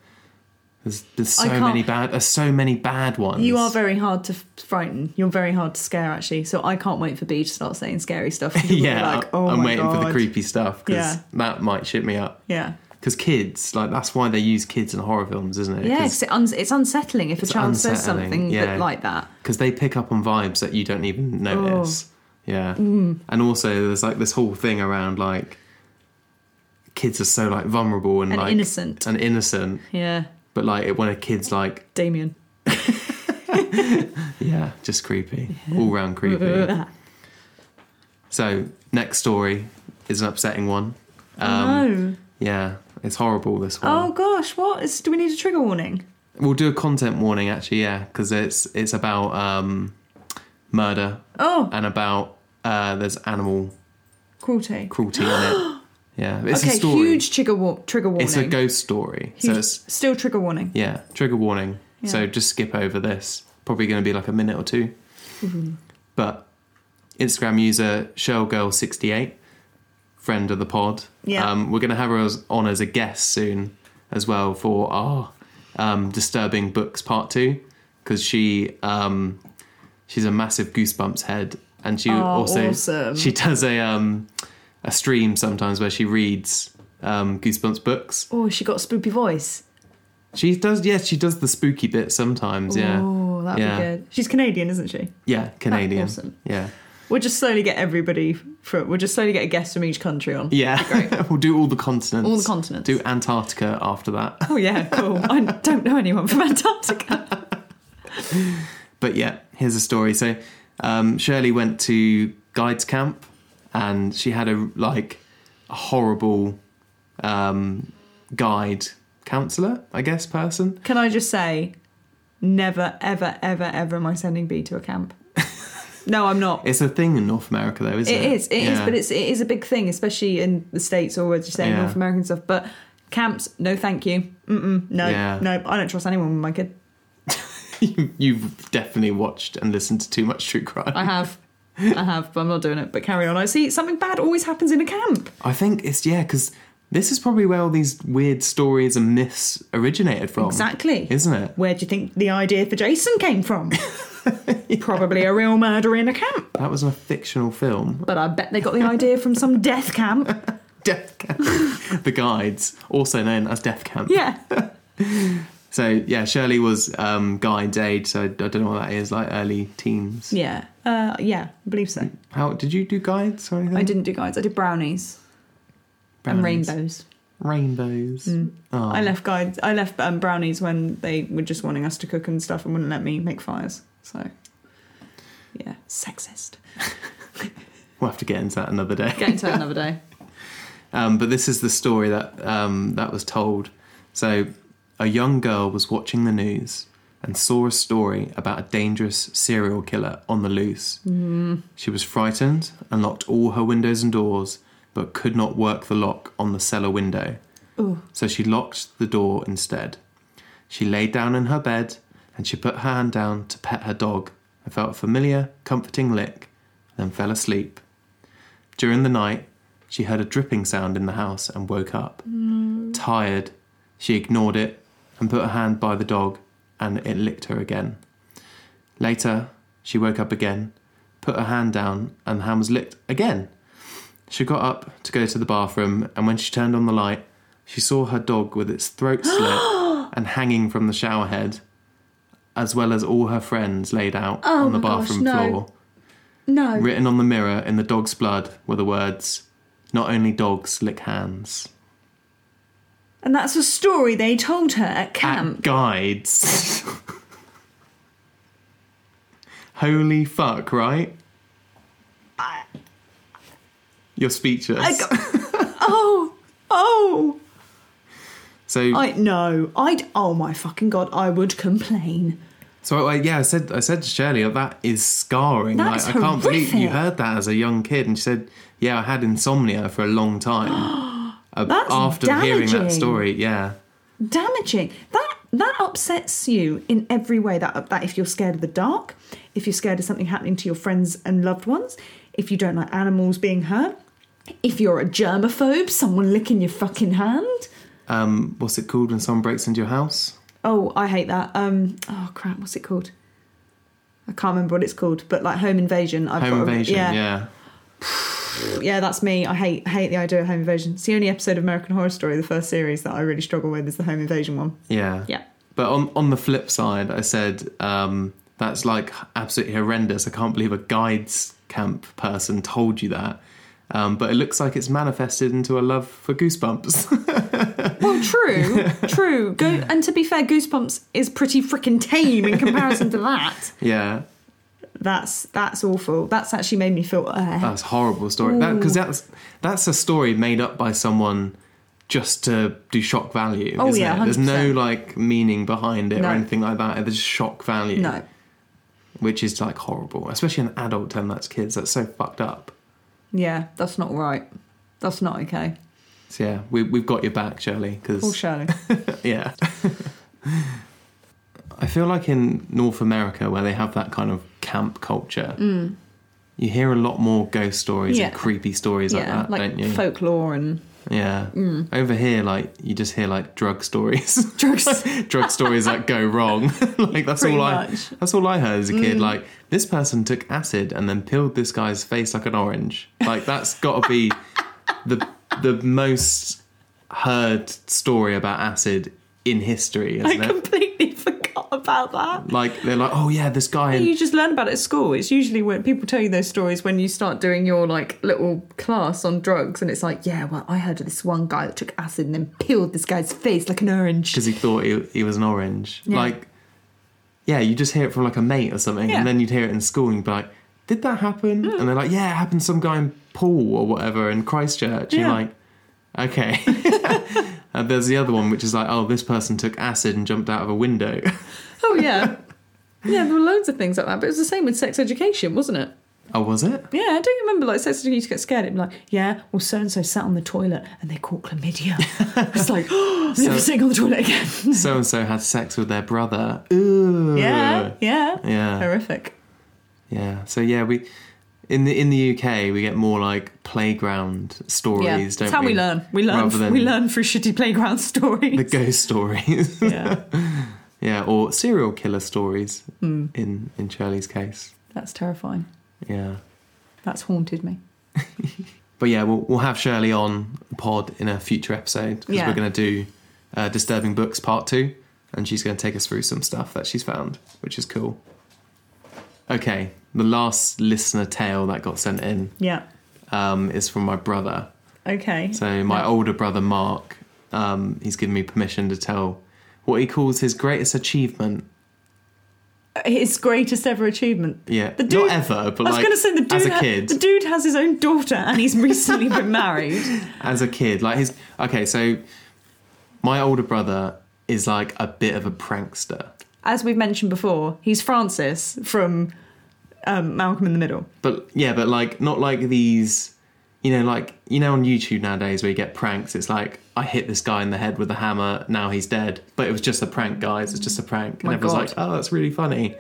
there's there's
I
so
can't-
many bad. There's so many bad ones.
You are very hard to f- frighten. You're very hard to scare, actually. So I can't wait for B to start saying scary stuff. People will be
yeah,
like, oh
I'm
my
waiting for the
God."
creepy stuff because
Yeah.
that might shit me up.
Yeah,
Because kids, like that's why they use kids in horror films, isn't it?
yeah. 'cause it uns- it's unsettling if a child says
unsettling,
something
yeah.
that, like that.
because they pick up on vibes that you don't even notice.
Oh.
Yeah,
Mm.
and also there's like this whole thing around like kids are so like vulnerable and,
And
like
innocent.
and innocent,
Yeah,
but like it- when a kid's like
Damien.
yeah, just creepy, all round creepy.
Oh,
so next story is an upsetting one. Um,
oh.
Yeah, it's horrible. This one.
oh gosh, what is? Do we need a trigger warning?
We'll do a content warning actually, yeah, because it's it's about um, murder
Oh,
and about uh, there's animal
cruelty.
cruelty in it. Yeah, it's a
okay,
story.
huge trigger war- trigger warning.
it's a ghost story.
Huge-
So it's
still trigger warning.
yeah, trigger warning.
Yeah.
So just skip over this. Probably going to be like a minute or 2
Mm-hmm.
But Instagram user shellgirl68, friend of the pod.
Yeah.
Um, we're going to have her as, on as a guest soon as well for our um, disturbing books part two because she um, she's a massive goosebumps head and she
Oh,
also
awesome.
she does a um, a stream sometimes where she reads um, goosebumps books
Oh, she got a spoopy voice.
she does, yes, she does the spooky bit sometimes, yeah.
Oh, that'd
Yeah.
be good. She's Canadian, isn't she?
Yeah, Canadian.
awesome.
Yeah.
We'll just slowly get everybody from. We'll just slowly get a guest from each country on.
Yeah. we'll do all the continents.
All the continents.
Do Antarctica after that.
Oh yeah, cool. I don't know anyone from Antarctica.
But yeah, here's a story. So um, Shirley went to guides camp and she had a like a horrible um, guide counselor, I guess, person.
Can I just say, never, ever, ever, ever am I sending B to a camp. No, I'm not.
It's a thing in North America though, isn't it?
It is, it is,
Yeah.
but it's it is a big thing, especially in the states or as you say,
Yeah.
North American stuff. But camps, no, thank you. Mm-mm, no,
Yeah.
no, I don't trust anyone with my kid.
You've definitely watched and listened to too much true crime.
I have, I have, but I'm not doing it. But carry on. I see something bad always happens in a camp.
I think it's yeah, because this is probably where all these weird stories and myths originated from.
Exactly.
Isn't it?
Where do you think the idea for Jason came from? Probably a real murder in a camp.
That was a fictional film.
but I bet they got the idea from some death camp.
Death Camp. the Guides, also known as Death Camp.
Yeah.
So yeah, Shirley was um, guide's age, so I don't know what that is, like early teens.
Yeah. Uh, yeah, I believe so.
How did you do guides or anything?
I didn't do guides. I did brownies, and
Brownies.
rainbows. Mm.
Rainbows. Oh.
I left guides. I left um, brownies when they were just wanting us to cook and stuff and wouldn't let me make fires. So, yeah, sexist.
We'll have to get into that another day.
Get into that another day.
Um, but this is the story that um, that was told. So, a young girl was watching the news and saw a story about a dangerous serial killer on the loose. She was frightened and locked all her windows and doors, but could not work the lock on the cellar window.
Ooh.
So she locked the door instead. She lay down in her bed and she put her hand down to pet her dog and felt a familiar, comforting lick, then fell asleep.
Mm.
During the night, she heard a dripping sound in the house and woke up. Tired, She ignored it and put her hand by the dog, and it licked her again. Later, she woke up again, put her hand down, and the hand was licked again. She got up to go to the bathroom, and when she turned on the light, she saw her dog with its throat slit and hanging from the shower head, as well as all her friends laid out
Oh
on the
my gosh,
bathroom
no.
floor.
No.
Written on the mirror in the dog's blood were the words, Not only dogs lick hands.
And that's a story they told her at
At
camp.
guides. Holy fuck, right? You're speechless.
I go- oh, oh.
so,
I no. I'd. Oh my fucking god! I would complain.
so I, yeah, I said, I said to Shirley, oh, that is scarring.
That
like,
is
I can't believe you
horrific.
heard that as a young kid. And she said, yeah, I had insomnia for a long time. Uh,
That's
after hearing
damaging.
that story, yeah.
Damaging. That that upsets you in every way. That that if you're scared of the dark, if you're scared of something happening to your friends and loved ones, if you don't like animals being hurt, if you're a germaphobe, someone licking your fucking hand.
Um, what's it called when someone breaks into your house?
Oh, I hate that. Um, oh crap, what's it called? I can't remember what it's called, but like home invasion. I've
Home
got a-
invasion, yeah.
yeah, that's me. I hate hate the idea of home invasion. It's the only episode of American Horror Story, the first series, that I really struggle with is the home invasion one.
Yeah.
Yeah.
But on on the flip side, I said um, that's like absolutely horrendous. I can't believe a guides camp person told you that. Um, but it looks like it's manifested into a love for goosebumps.
Well, true, true. Go and to be fair, Goosebumps is pretty freaking tame in comparison to that.
yeah,
That's that's awful. That's actually made me feel. Uh,
that's a horrible story. Because that's that's a story made up by someone just to do shock value.
Oh,
isn't
yeah,
it? there's no
100%.
like meaning behind it
No.
or anything like that. There's just shock value,
no,
which is like horrible, especially an adult telling that to kids. That's so fucked up.
yeah, that's not right. That's not okay.
So yeah, we, we've got your back, Shirley.
Poor
Because
Shirley.
yeah, I feel like in North America where they have that kind of camp culture, you hear a lot more ghost stories
Yeah.
and creepy stories
yeah,
like that,
like
don't you?
folklore and
yeah.
Mm.
Over here, like you just hear like drug stories,
drugs.
drug stories that go wrong. like that's
Pretty
all
much. Mm.
I that's all I heard as a kid. Like this person took acid and then peeled this guy's face like an orange. Like that's got to be the the most heard story about acid in history,
I
isn't it?
completely forgot about that.
Like they're like, oh yeah, this guy. in
You just learn about it at school. It's usually when people tell you those stories when you start doing your like little class on drugs, and it's like, yeah, well, I heard of this one guy that took acid and then peeled this guy's face like an orange.
because he thought he, he was an orange.
Yeah.
Like, yeah, you just hear it from like a mate or something,
Yeah. Hmm.
and then you'd hear it in school and you'd be like, did that happen? And they're like, yeah, it happened to some guy in Paul or whatever in Christchurch.
Yeah.
You're like, okay. and there's the other one, which is like, oh, this person took acid and jumped out of a window.
Oh yeah, yeah. There were loads of things like that, but it was the same with sex education, wasn't it?
oh, was it?
Yeah, I do remember like sex education. You used to get scared. It'd be like, yeah, well, so and so sat on the toilet and they caught chlamydia. it's like, oh, never
So-
sitting on the toilet again.
So and so had sex with their brother. Ooh.
yeah, yeah,
Yeah.
horrific.
Yeah. So yeah, we in the in the UK we get more like playground stories,
Yeah,
don't
that's how we learn. We
rather
learn.
than
We learn through shitty playground stories.
the ghost stories.
yeah,
yeah, or serial killer stories in in Shirley's case.
that's terrifying.
Yeah.
That's haunted me.
But yeah, we'll we'll have Shirley on the pod in a future episode because
Yeah.
we're going to do uh, disturbing books part 2 and she's going to take us through some stuff that she's found, which is cool. Okay, the last listener tale that got sent in
Yeah.
um, is from my brother.
Okay.
So my older brother Mark, um, he's given me permission to tell what he calls his greatest achievement.
His greatest ever achievement.
Yeah,
The dude-
not ever, but
I was
like
going to say the dude.
as a
ha-
kid,
the dude has his own daughter, and he's recently been married.
as a kid, like his. Okay, so my older brother is like a bit of a prankster,
As we've mentioned before, he's Francis from um, Malcolm in the Middle.
but yeah, but like not like these. You know, like you know, on YouTube nowadays, where you get pranks. It's like I hit this guy in the head with a hammer. Now he's dead. But it was just a prank, guys. It's just a prank,
My
and everyone's
God.
like, "Oh, that's really funny."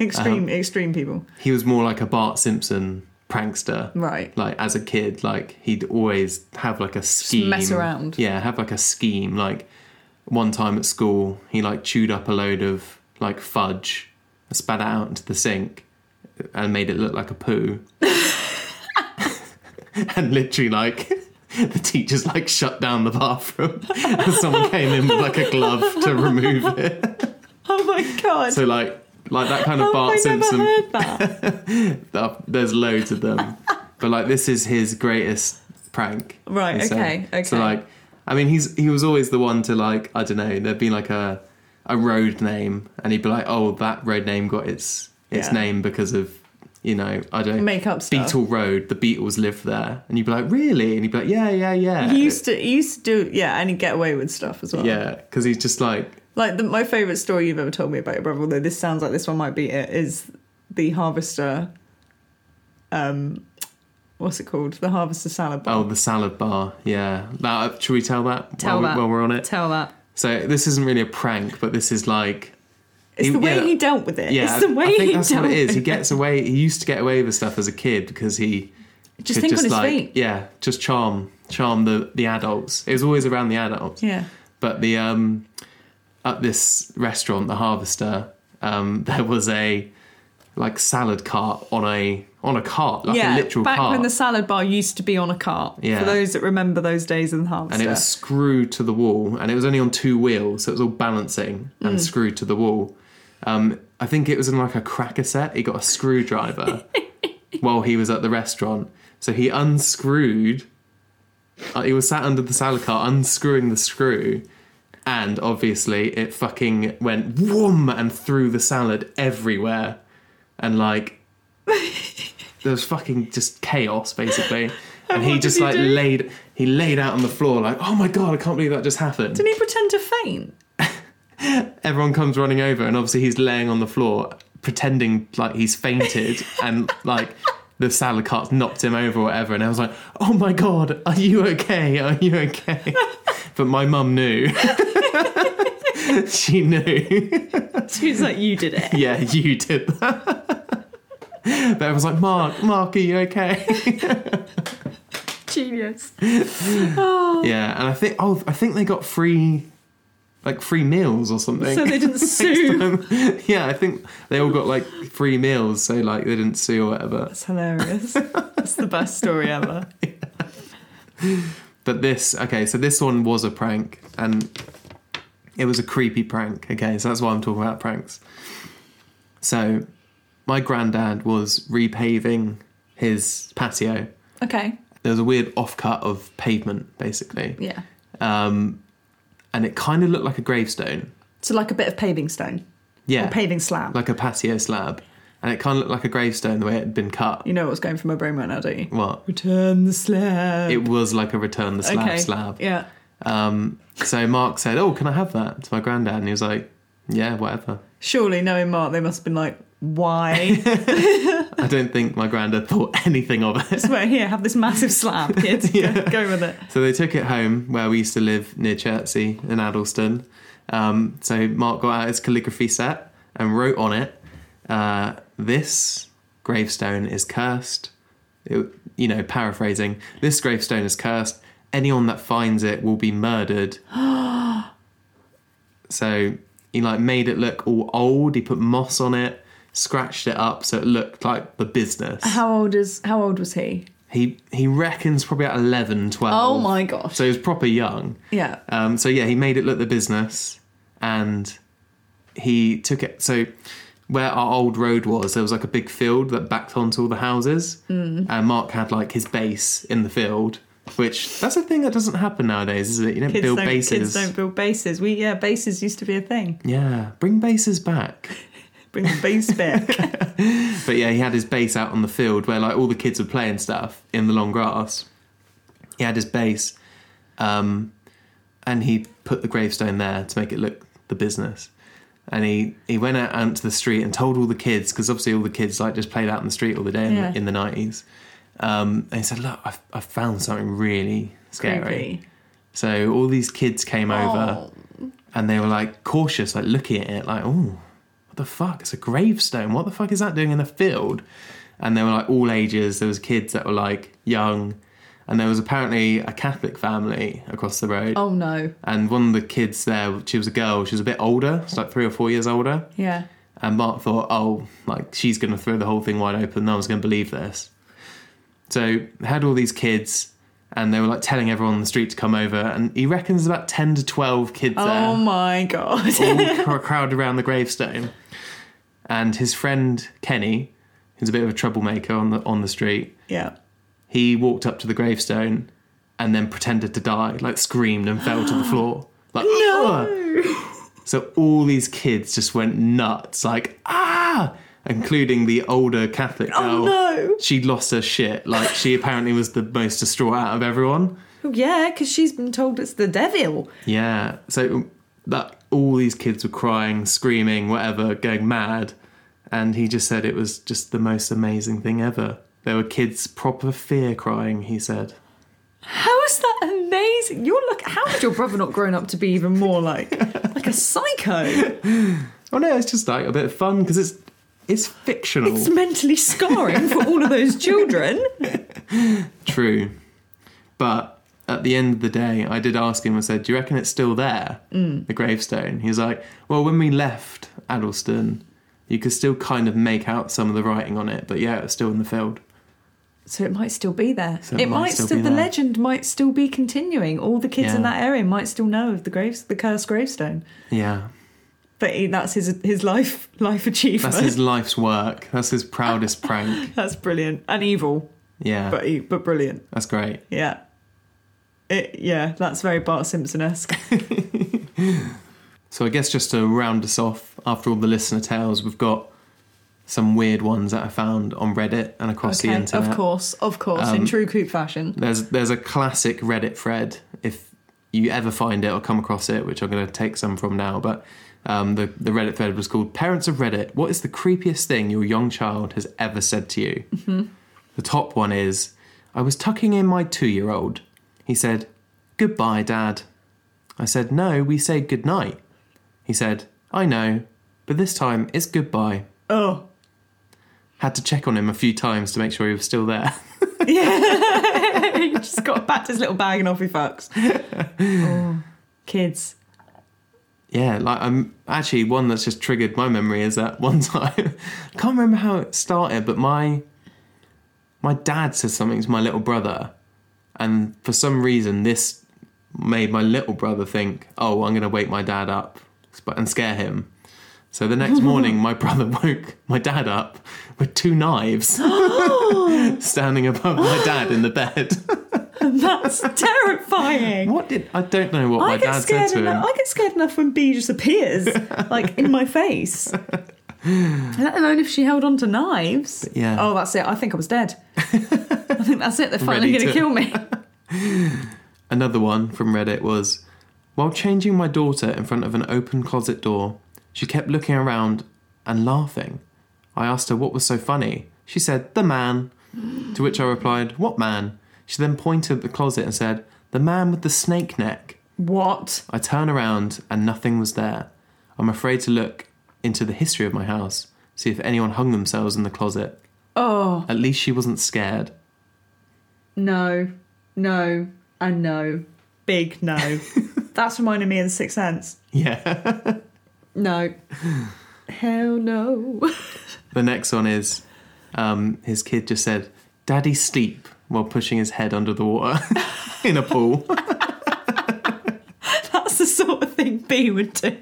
Extreme,
Uh-huh.
extreme people.
He was more like a Bart Simpson prankster,
Right.
like as a kid like he'd always have like a scheme
mess around.
yeah have like a scheme like one time at school, he like chewed up a load of like fudge, spat it out into the sink, and made it look like a poo. and literally, like, the teachers like shut down the bathroom, and someone came in with like a glove to remove it.
Oh my god.
So like, like that kind of
Oh,
Bart
I've
Simpson.
never heard that.
Uh, There's loads of them, but like this is his greatest prank.
Right,
he said.
okay, okay.
So like, I mean, he's he was always the one to like, I don't know. There'd be like a a road name, and he'd be like, oh, that road name got its its
Yeah.
name because of you know, I don't
Make up stuff.
Beetle Road. The Beatles lived there, and you'd be like, really? And he'd be like, yeah, yeah, yeah.
He used to he used to do yeah, and he'd get away with stuff as well.
yeah, because he's just like,
Like the, my favourite story you've ever told me about your brother, although this sounds like this one might be it, is the harvester um what's it called? The harvester salad bar.
oh, the salad bar. Yeah. That, should we tell that
Tell
while, we-
that.
while we're on it?
Tell that.
So this isn't really a prank, but this is like
It's
He-
the way
yeah.
he dealt with it.
yeah,
it's the way
I think
he
that's
dealt
what it is.
with
He gets away. He used to get away with stuff as a kid because he
it. Just
could
think on his
like,
feet.
Yeah, just charm, charm the the adults. It was always around the adults.
Yeah.
But the um, at this restaurant, the Harvester, um, there was a like salad cart on a on a cart, like
yeah,
a literal
back
cart,
when the salad bar used to be on a cart.
Yeah.
For those that remember those days in the harvester.
and it was screwed to the wall, and it was only on two wheels, so it was all balancing
Hmm.
and screwed to the wall. Um, I think it was in like a cracker set. He got a screwdriver while he was at the restaurant, so he unscrewed. Uh, he was sat under the salad cart, unscrewing the screw, and obviously it fucking went whoom and threw the salad everywhere, and like there was fucking just chaos basically. And he
what did
just
he
like
do?
laid he laid out on the floor like, oh my god, I can't believe that just happened.
Didn't he pretend to faint?
Everyone comes running over, and obviously he's laying on the floor pretending like he's fainted, and like the salad cart's knocked him over or whatever. And I was like, oh my god, are you okay? Are you okay? But my mum knew. she knew.
She's like, you did it.
yeah, you did that. but I was like, Mark, Mark, are you okay?
Genius.
Yeah, and I think oh, I think they got free, like free meals or something.
So they didn't sue.
yeah, I think they all got like free meals, so like they didn't sue or whatever.
That's hilarious. That's the best story ever.
But this, okay, so this one was a prank, and it was a creepy prank. Okay, so that's why I'm talking about pranks. So, my granddad was repaving his patio.
Okay.
There was a weird offcut of pavement, basically,
Yeah.
um, and it kind of looked like a gravestone.
So like a bit of paving stone.
Yeah,
Or paving slab.
like a patio slab, and it kind of looked like a gravestone the way it had been cut.
you know what's going through my brain right now, don't you?
What?
Mm. Return the slab.
It was like a return the slab slab.
Yeah.
Um, so Mark said, "Oh, can I have that?" to my granddad, and he was like, "Yeah, whatever."
Surely, knowing Mark, they must have been like, why?
I don't think my granddad thought anything of it.
Just went here, have this massive slab, kids. go, go with it.
So they took it home where we used to live near Chertsey in Addleston. Um, so Mark got out his calligraphy set and wrote on it, uh, "This gravestone is cursed." It- you know, paraphrasing, "This gravestone is cursed. Anyone that finds it will be murdered." so he like made it look all old. He put moss on it, scratched it up so it looked like the business.
How old is how old was he?
He he reckons probably at 11, 12.
Oh my gosh.
So he was proper young.
Yeah.
Um, so yeah, he made it look the business, and he took it. So where our old road was, there was like a big field that backed onto all the houses,
Mm.
and Mark had like his base in the field, which that's a thing that doesn't happen nowadays, is it? You don't
Kids
build
don't,
bases.
kids don't build bases. We yeah, bases used to be a thing.
Yeah, bring bases back.
Bring the base back.
But yeah, he had his base out on the field where like all the kids were playing stuff in the long grass. He had his base, um, and he put the gravestone there to make it look the business. And he, he went out onto the street and told all the kids because obviously all the kids like just played out in the street all the day in,
Yeah.
the, in the 90s. Um, and he said, "Look, I've, I've found something really scary."
Creepy.
So all these kids came over
Oh.
and they were like cautious, like looking at it, like, oh, what the fuck? It's a gravestone. What the fuck is that doing in a field? And they were like all ages. There was kids that were like young, And there was apparently a Catholic family across the road.
Oh no.
And one of the kids there, she was a girl, she was a bit older, she's like three or four years older.
Yeah.
And Mark thought, oh, like she's going to throw the whole thing wide open. No one's going to believe this. So had all these kids, and they were like telling everyone on the street to come over. And he reckons about ten to twelve kids
Oh
there,
my god.
all cr- crowded around the gravestone. And his friend Kenny, who's a bit of a troublemaker on the on the street,
yeah.
he walked up to the gravestone and then pretended to die, like screamed and fell to the floor. Like, no! So all these kids just went nuts, like, ah! Including the older Catholic
Oh,
girl.
no.
She lost her shit. Like, she apparently was the most distraught out of everyone.
Oh, yeah, because she's been told it's the devil.
Yeah. So um, that all these kids were crying, screaming, whatever, going mad. And he just said it was just the most amazing thing ever. There were kids proper fear crying, he said.
How is that amazing? You're look. How has your brother not grown up to be even more like like a psycho?
Oh no, it's just like a bit of fun because it's it's fictional.
It's mentally scarring for all of those children.
True, but at the end of the day, I did ask him. I said, "Do you reckon it's still there, the gravestone?" He was like, "Well, when we left Addleston, you could still kind of make out some of the writing on it, but yeah, it's still in the field."
So it might still be there.
So
it, might, still,
be
the
there.
legend might still be continuing. All the kids in
Yeah.
that area might still know of the graves, the cursed gravestone.
Yeah,
But he, that's his his life life achievement.
that's his life's work. That's his proudest prank.
That's brilliant and evil,
Yeah,
but e- but brilliant.
that's great.
Yeah, it, yeah, that's very Bart Simpson esque.
So I guess just to round us off, after all the listener tales, we've got some weird ones that I found on Reddit and across the internet.
of course, of course, in
Um,
true Coop fashion.
There's there's a classic Reddit thread if you ever find it or come across it, which I'm going to take some from now. But um, the the Reddit thread was called "Parents of Reddit: What is the creepiest thing your young child has ever said to you?" The top one is, "I was tucking in my two-year-old. He said, "Goodbye, Dad." I said, "No, we say goodnight." He said, "I know, but this time it's goodbye."
Oh,
Had to check on him a few times to make sure he was still there.
yeah, he just got back to his little bag and off he fucks. Oh, kids.
Yeah, like I'm actually one that's just triggered my memory is that one time I can't remember how it started, but my my dad said something to my little brother, and for some reason this made my little brother think, "Oh, I'm going to wake my dad up sp- and scare him." So the next morning, my brother woke my dad up with two knives standing above my dad in the bed.
That's terrifying.
What did I don't know what my
I get
dad said
scared
to him.
enough. I get scared enough when B just appears, like in my face. Let alone if she held on to knives.
yeah.
Oh, that's it. I think I was dead. I think that's it. They're finally
Ready
going to
to-
kill me.
Another one from Reddit was While changing my daughter in front of an open closet door, she kept looking around and laughing. I asked her what was so funny. She said, The man. To which I replied, What man? She then pointed at the closet and said, The man with the snake neck.
What?
I turn around and nothing was there. I'm afraid to look into the history of my house, see if anyone hung themselves in the closet.
Oh
At least she wasn't scared.
no, no, and no. Big no. that's reminding me of the Sixth Sense.
Yeah.
No. Hell no.
The next one is um, his kid just said, Daddy sleep while pushing his head under the water in a pool.
That's the sort of thing B would do.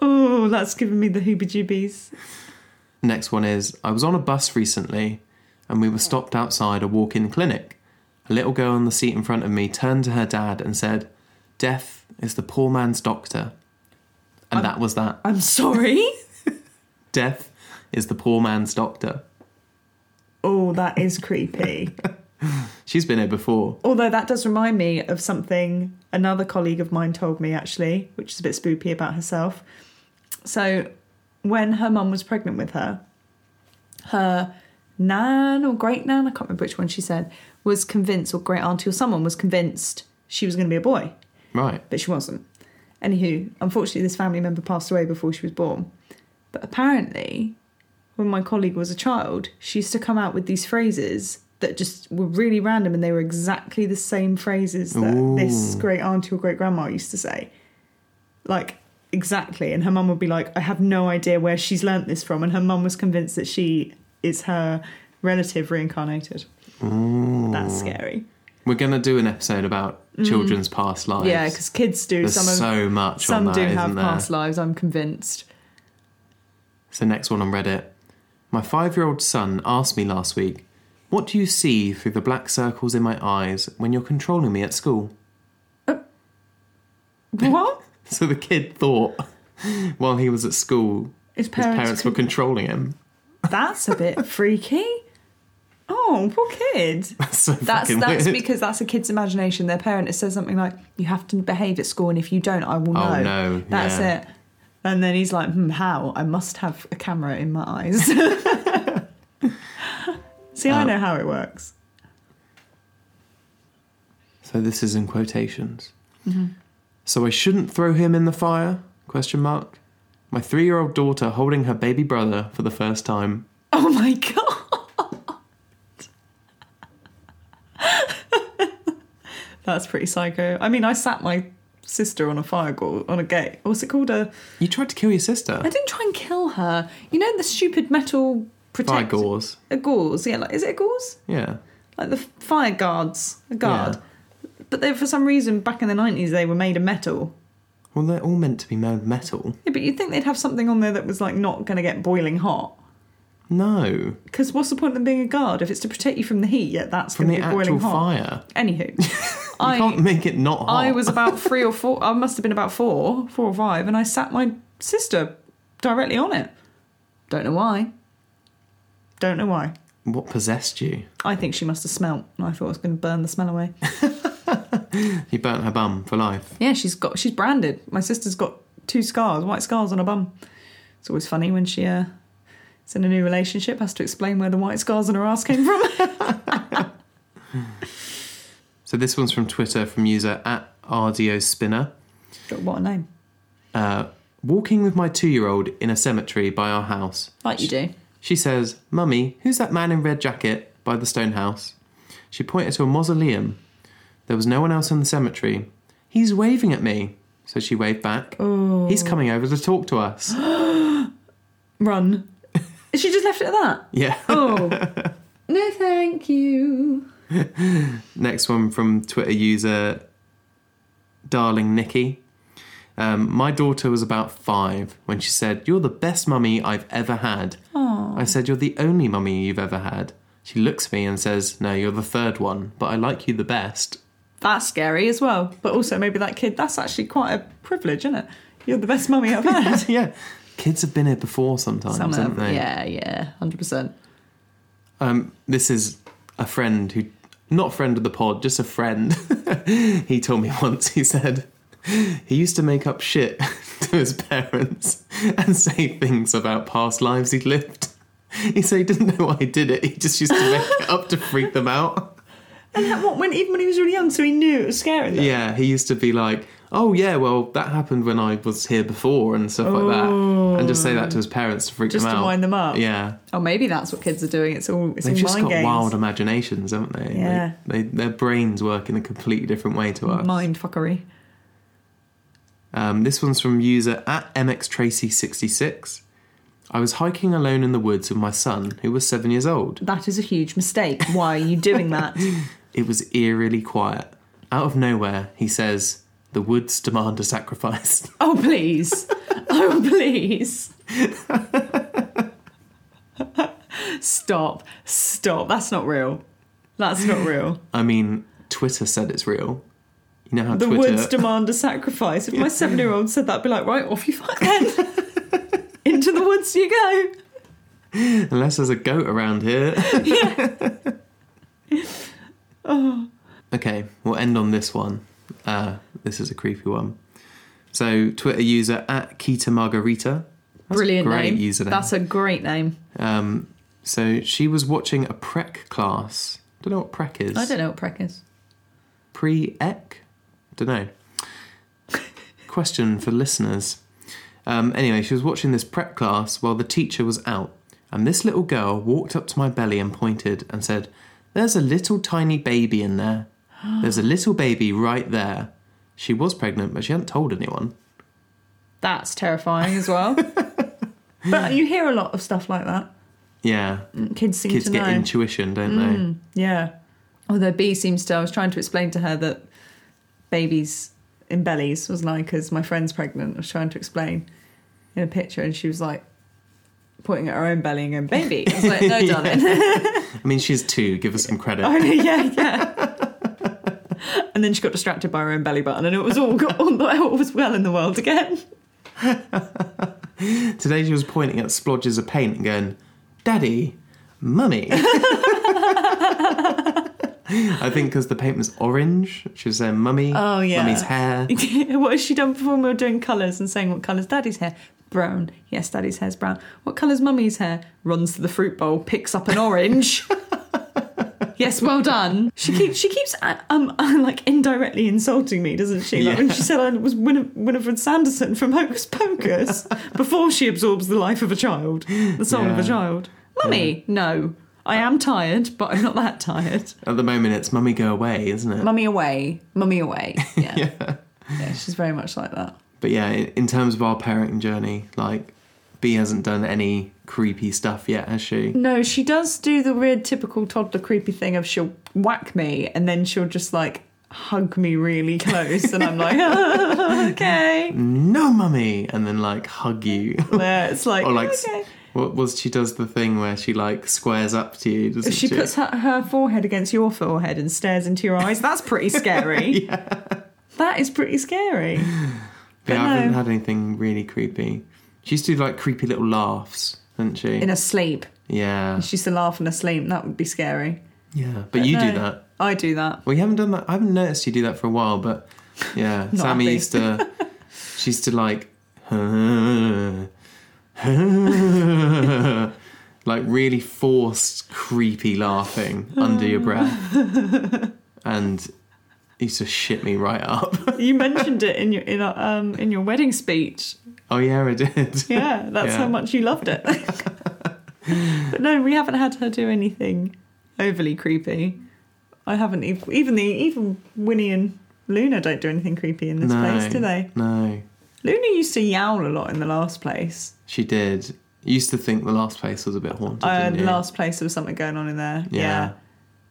oh, that's giving me the hooby joobies.
Next one is I was on a bus recently and we were stopped outside a walk in clinic. A little girl on the seat in front of me turned to her dad and said, Death is the poor man's doctor. And
Oh.
that was that.
I'm sorry.
Death is the poor man's doctor.
oh, that is creepy.
She's been here before.
Although that does remind me of something another colleague of mine told me actually, which is a bit spoopy about herself. So, when her mum was pregnant with her, her nan or great nan, I can't remember which one she said, was convinced, or great auntie or someone was convinced she was going to be a boy.
Right.
but she wasn't. Anywho, unfortunately, this family member passed away before she was born. But apparently, when my colleague was a child, she used to come out with these phrases that just were really random and they were exactly the same phrases that this great auntie or great grandma used to say. Like, exactly. And her mum would be like, I have no idea where she's learnt this from. And her mum was convinced that she is her relative reincarnated. That's scary.
We're going to do an episode about children's past lives.
Mm. Yeah, because kids do.
there's
Some, of,
so much
some
on that,
do
not
have
there?
past lives, I'm convinced.
So next one on Reddit. My five-year-old son asked me last week, "What do you see through the black circles in my eyes when you're controlling me at school?"
What?
So the kid thought, while he was at school,
His
his
parents,
parents, were controlling him.
That's a bit freaky. Oh, poor kid.
That's so
That's
fucking
that's
weird.
because that's a kid's imagination. Their parent has said something like, "You have to behave at school, and if you don't, I will know."
Oh, no,
that's
yeah.
it. And then he's like, hmm, "How? I must have a camera in my eyes." See,
Uh,
I know how it works.
So this is in quotations.
Mm-hmm.
So I shouldn't throw him in the fire? Question mark. My three-year-old daughter holding her baby brother for the first time.
Oh my god, that's pretty psycho. I mean, I sat my sister on a fire go- on a gate. What's it called? A
You tried to kill your sister.
I didn't try and kill her. You know the stupid metal
Fire
protect
gauze.
a gauze. Yeah, like is it a gauze?
Yeah.
Like the f- fire guards, a guard. But they, for some reason, back in the nineties, they were made of metal.
Well, they're all meant to be made of metal.
Yeah, but you'd think they'd have something on there that was like not going to get boiling hot.
No,
Because what's the point of them being a guard if it's to protect you from the heat? Yeah, that's
from
going to
the
be boiling
actual
hot.
fire.
Anywho,
You
I
can't make it not hot.
I was about three or four. I must have been about four, four or five, and I sat my sister directly on it. Don't know why. Don't know why.
What possessed you?
I think she must have smelt. and I thought I was going to burn the smell away.
You burnt her bum for life.
Yeah, she's got she's branded. My sister's got two scars, white scars on her bum. It's always funny when she uh, is in a new relationship, has to explain where the white scars on her ass came from.
So this one's from Twitter from user at RDO Spinner.
what a name!
Uh, walking with my two-year-old in a cemetery by our house.
Like you do.
She says, "Mummy, who's that man in red jacket by the stone house?" She pointed to a mausoleum. There was no one else in the cemetery. He's waving at me. So she waved back.
Oh.
He's coming over to talk to us.
Run. she just left it at that.
yeah.
Oh. No, thank you.
Next one from Twitter user Darling Nikki. Um, my daughter was about five when she said, You're the best mummy I've ever had. I said, You're the only mummy you've ever had. She looks at me and says, No, you're the third one, but I like you the best.
That's scary as well. But also, maybe that kid, that's actually quite a privilege, isn't it? You're the best mummy I've had.
yeah. Kids have been here before sometimes,
Some
haven't
of-
they?
yeah, yeah, 100%.
Um, this is a friend who, not friend of the pod, just a friend. he told me once, he said, he used to make up shit to his parents and say things about past lives he'd lived. He said he didn't know why he did it, he just used to make it up to freak them out.
And what, when, even when he was really young, so he knew it was scary. though.
Yeah, he used to be like, oh yeah, well, that happened when I was here before and stuff like that. And just say that to his parents to freak
Oh. Just
them
to
out.
wind them up.
Yeah.
Oh, maybe that's what kids are doing. It's all it's
They've
all
just
mind
got
games.
wild imaginations, haven't they? They-
Yeah.
They, their brains work in a completely different way to us.
mind fuckery.
Um, this one's from user at mxtracy66. I was hiking alone in the woods with my son, who was seven years old.
That is a huge mistake. Why are you doing that?
It was eerily quiet. Out of nowhere, he says, The woods demand a sacrifice.
oh please. Oh please. Stop. Stop. That's not real. That's not real.
I mean, Twitter said it's real. You know how
The
Twitter.
woods demand a sacrifice. If my seven year old said that, I'd be like, right, off you fuck then. Into the woods you go.
unless there's a goat around here.
Yeah. Oh,
Okay, we'll end on this one. Uh, this is a creepy one. So, Twitter user at Kita Margarita. That's a
Brilliant
great
name.
username.
That's a great name.
Um, so she was watching a prec class. Don't know what prec is.
I don't know what Prec is.
Pre-ec? Don't know. Question for listeners. Um, anyway, she was watching this prep class while the teacher was out. And this little girl walked up to my belly and pointed and said, There's a little tiny baby in there. There's a little baby right there. She was pregnant, but she hadn't told anyone.
That's terrifying as well. but you hear a lot of stuff like that. Mm,
Yeah.
Kids seem
Kids
to
get
know. Mm.
intuition, don't they?
Yeah. Although B seems to, I was trying to explain to her that babies in bellies was like, because my friend's pregnant, I was trying to explain in a picture, and she was like pointing at her own belly and going, baby. I was like, no, darling.
I mean, she's two. Give her some credit.
Oh, yeah, yeah. and then she got distracted by her own belly button, and it was all, got, all, all was well in the world again.
Today she was pointing at splodges of paint and going, Daddy, Mummy. I think because the paint was orange, she was saying, Mummy,
Oh, yeah.
Mummy's hair.
what has she done before when we were doing colours and saying what colour's daddy's hair? Brown. Yes, daddy's hair's brown. What colour's mummy's hair? Runs to the fruit bowl, picks up an orange. yes, well done. She keeps she keeps uh, um like indirectly insulting me, doesn't she? Like when she said I was Winif- Winifred Sanderson from Hocus Pocus before she absorbs the life of a child, the soul of a
Yeah.
child. Mummy, no. I am tired, but I'm not that tired.
At the moment, it's Mummy Go Away, isn't it?
Mummy away, mummy away. Yeah.
Yeah.
yeah, she's very much like that.
But yeah, in in terms of our parenting journey, like, B hasn't done any creepy stuff yet, has she?
No, she does do the weird typical toddler creepy thing of she'll whack me and then she'll just like hug me really close and I'm like, okay.
No, Mummy! And then, like, hug you.
Yeah, it's like,
or, like, s-
okay.
what was she does the thing where she, like, squares up to you, doesn't she?
She puts her, her forehead against your forehead and stares into your eyes. That's pretty scary. That is pretty scary.
But
But
I haven't
no.
had anything really creepy. She used to do like creepy little laughs, didn't she?
In a sleep.
yeah.
She used to laugh in her sleep. That would be scary.
Yeah. But, you do
no,
that.
I do that.
Well, you haven't done that. I haven't noticed you do that for a while, but yeah.
Not
Sammy
happy.
used to, she used to like, like really forced, creepy laughing under your breath. And it used to shit me right up.
You mentioned it in your in, our, um, in your wedding speech.
Oh, yeah, I did.
Yeah, that's how
Yeah.
much you loved it. but no, we haven't had her do anything overly creepy. I haven't even even the even Winnie and Luna don't do anything creepy in this
No.
place, do they?
No.
Luna used to yowl a lot in the last place.
She did. You used to think the last place was a bit haunted.
Uh,
didn't
the
you?
last place there was something going on in there. Yeah,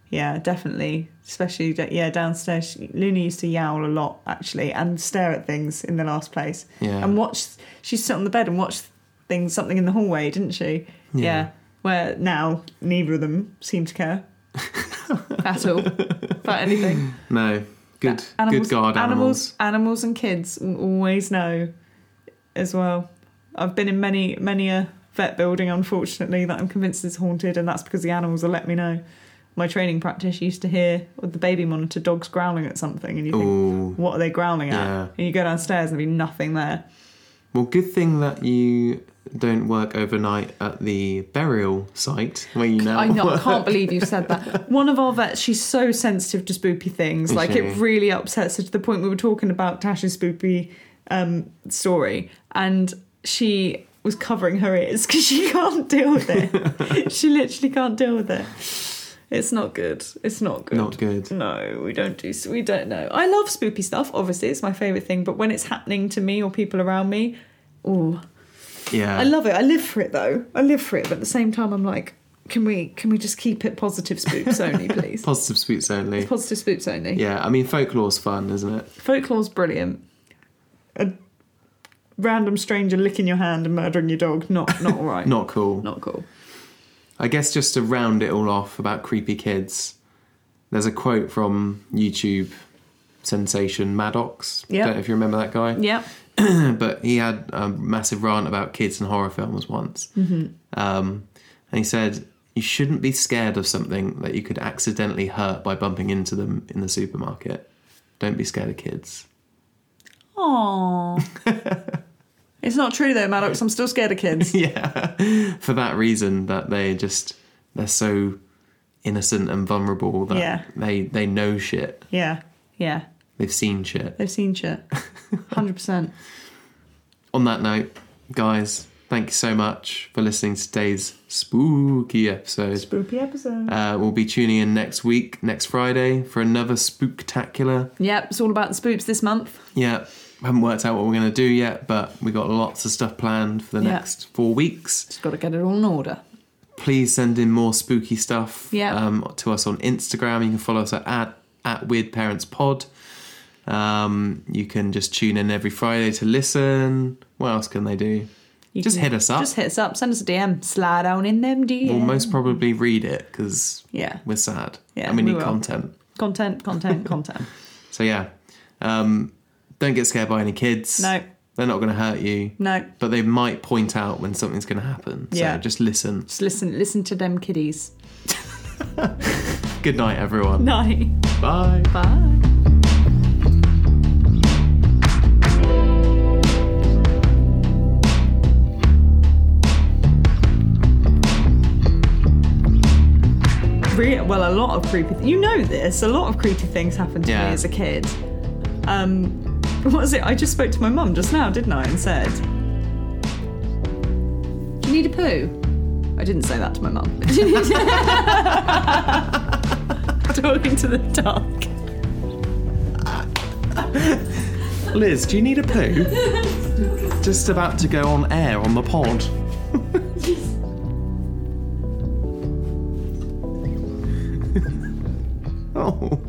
yeah, definitely. Especially da- yeah, downstairs. she- Luna used to yowl a lot actually, and stare at things in the last place,
Yeah.
and watch. She sit on the bed and watch things, something in the hallway, didn't she? Yeah. Where now neither of them seem to care at all about anything.
No. Good.
Animals-
good guard animals.
animals, animals, and kids mm, always know as well. I've been in many, many a vet building, unfortunately, that I'm convinced is haunted, and that's because the animals will let me know. My training practice used to hear with the baby monitor dogs growling at something, and you think,
Ooh.
"What are they growling at?"
Yeah.
And you go downstairs, and there'd be nothing there.
Well, good thing that you don't work overnight at the burial site where you now
I know, I
work.
can't believe you said that. One of our vets, she's so sensitive to spoopy things.
Is
like it
she?
really upsets her to the point we were talking about Tash's spoopy um, story, and she was covering her ears because she can't deal with it. she literally can't deal with it. It's not good. It's not good.
Not good.
No, we don't do. We don't know. I love spoopy stuff. Obviously, it's my favorite thing. But when it's happening to me or people around me, oh,
Yeah.
I love it. I live for it though. I live for it, but at the same time, I'm like, can we can we just keep it positive spoops only, please?
Positive sweets only.
positive spoops only.
Yeah. I mean, folklore's fun, isn't it?
Folklore's brilliant. A random stranger licking your hand and murdering your dog, not not all right.
Not cool.
not cool.
I guess just to round it all off about creepy kids, there's a quote from YouTube sensation Maddox.
Yeah.
Don't know if you remember that guy.
Yep.
but he had a massive rant about kids and horror films once. Um, and he said, You shouldn't be scared of something that you could accidentally hurt by bumping into them in the supermarket. Don't be scared of kids.
Aww. it's not true though, Maddox. I'm still scared of kids.
yeah. For that reason, that they just, they're so innocent and vulnerable that
Yeah.
they, they know shit.
yeah. Yeah.
They've seen shit.
They've seen shit. Hundred percent.
On that note, guys, Thank you so much for listening to today's spooky episode.
Spooky episode.
Uh, we'll be tuning in next week, next Friday, for another spooktacular.
Yep, it's all about the spoops this month.
Yeah, haven't worked out what we're going to do yet, but we got lots of stuff planned for the
Yeah.
next four weeks.
Just got to get it all in order.
Please send in more spooky stuff
Yeah.
um, to us on Instagram. You can follow us at, at, at Weird Parents Pod. Um, you can just tune in every Friday to listen. What else can they do?
You
Just hit us up.
Just hit us up. Send us a DM. Slide on in them DMs.
We'll most probably read it because
Yeah.
we're sad
Yeah,
and we
we
need
will.
content.
Content, content, content.
So yeah, um, don't get scared by any kids.
No.
they're not going to hurt you,
No,
but they might point out when something's going to happen. So
Yeah.
just listen.
just listen. Listen to them kiddies.
Good night, everyone.
Night.
Bye.
Bye. Re- well, a lot of creepy. Th- you know this. A lot of creepy things happened to
Yeah.
me as a kid. Um, what was it? I just spoke to my mum just now, didn't I? And said, "Do you need a poo?" I didn't say that to my mum. Talking to the dark.
Liz, do you need a poo? just about to go on air on the pod. oh.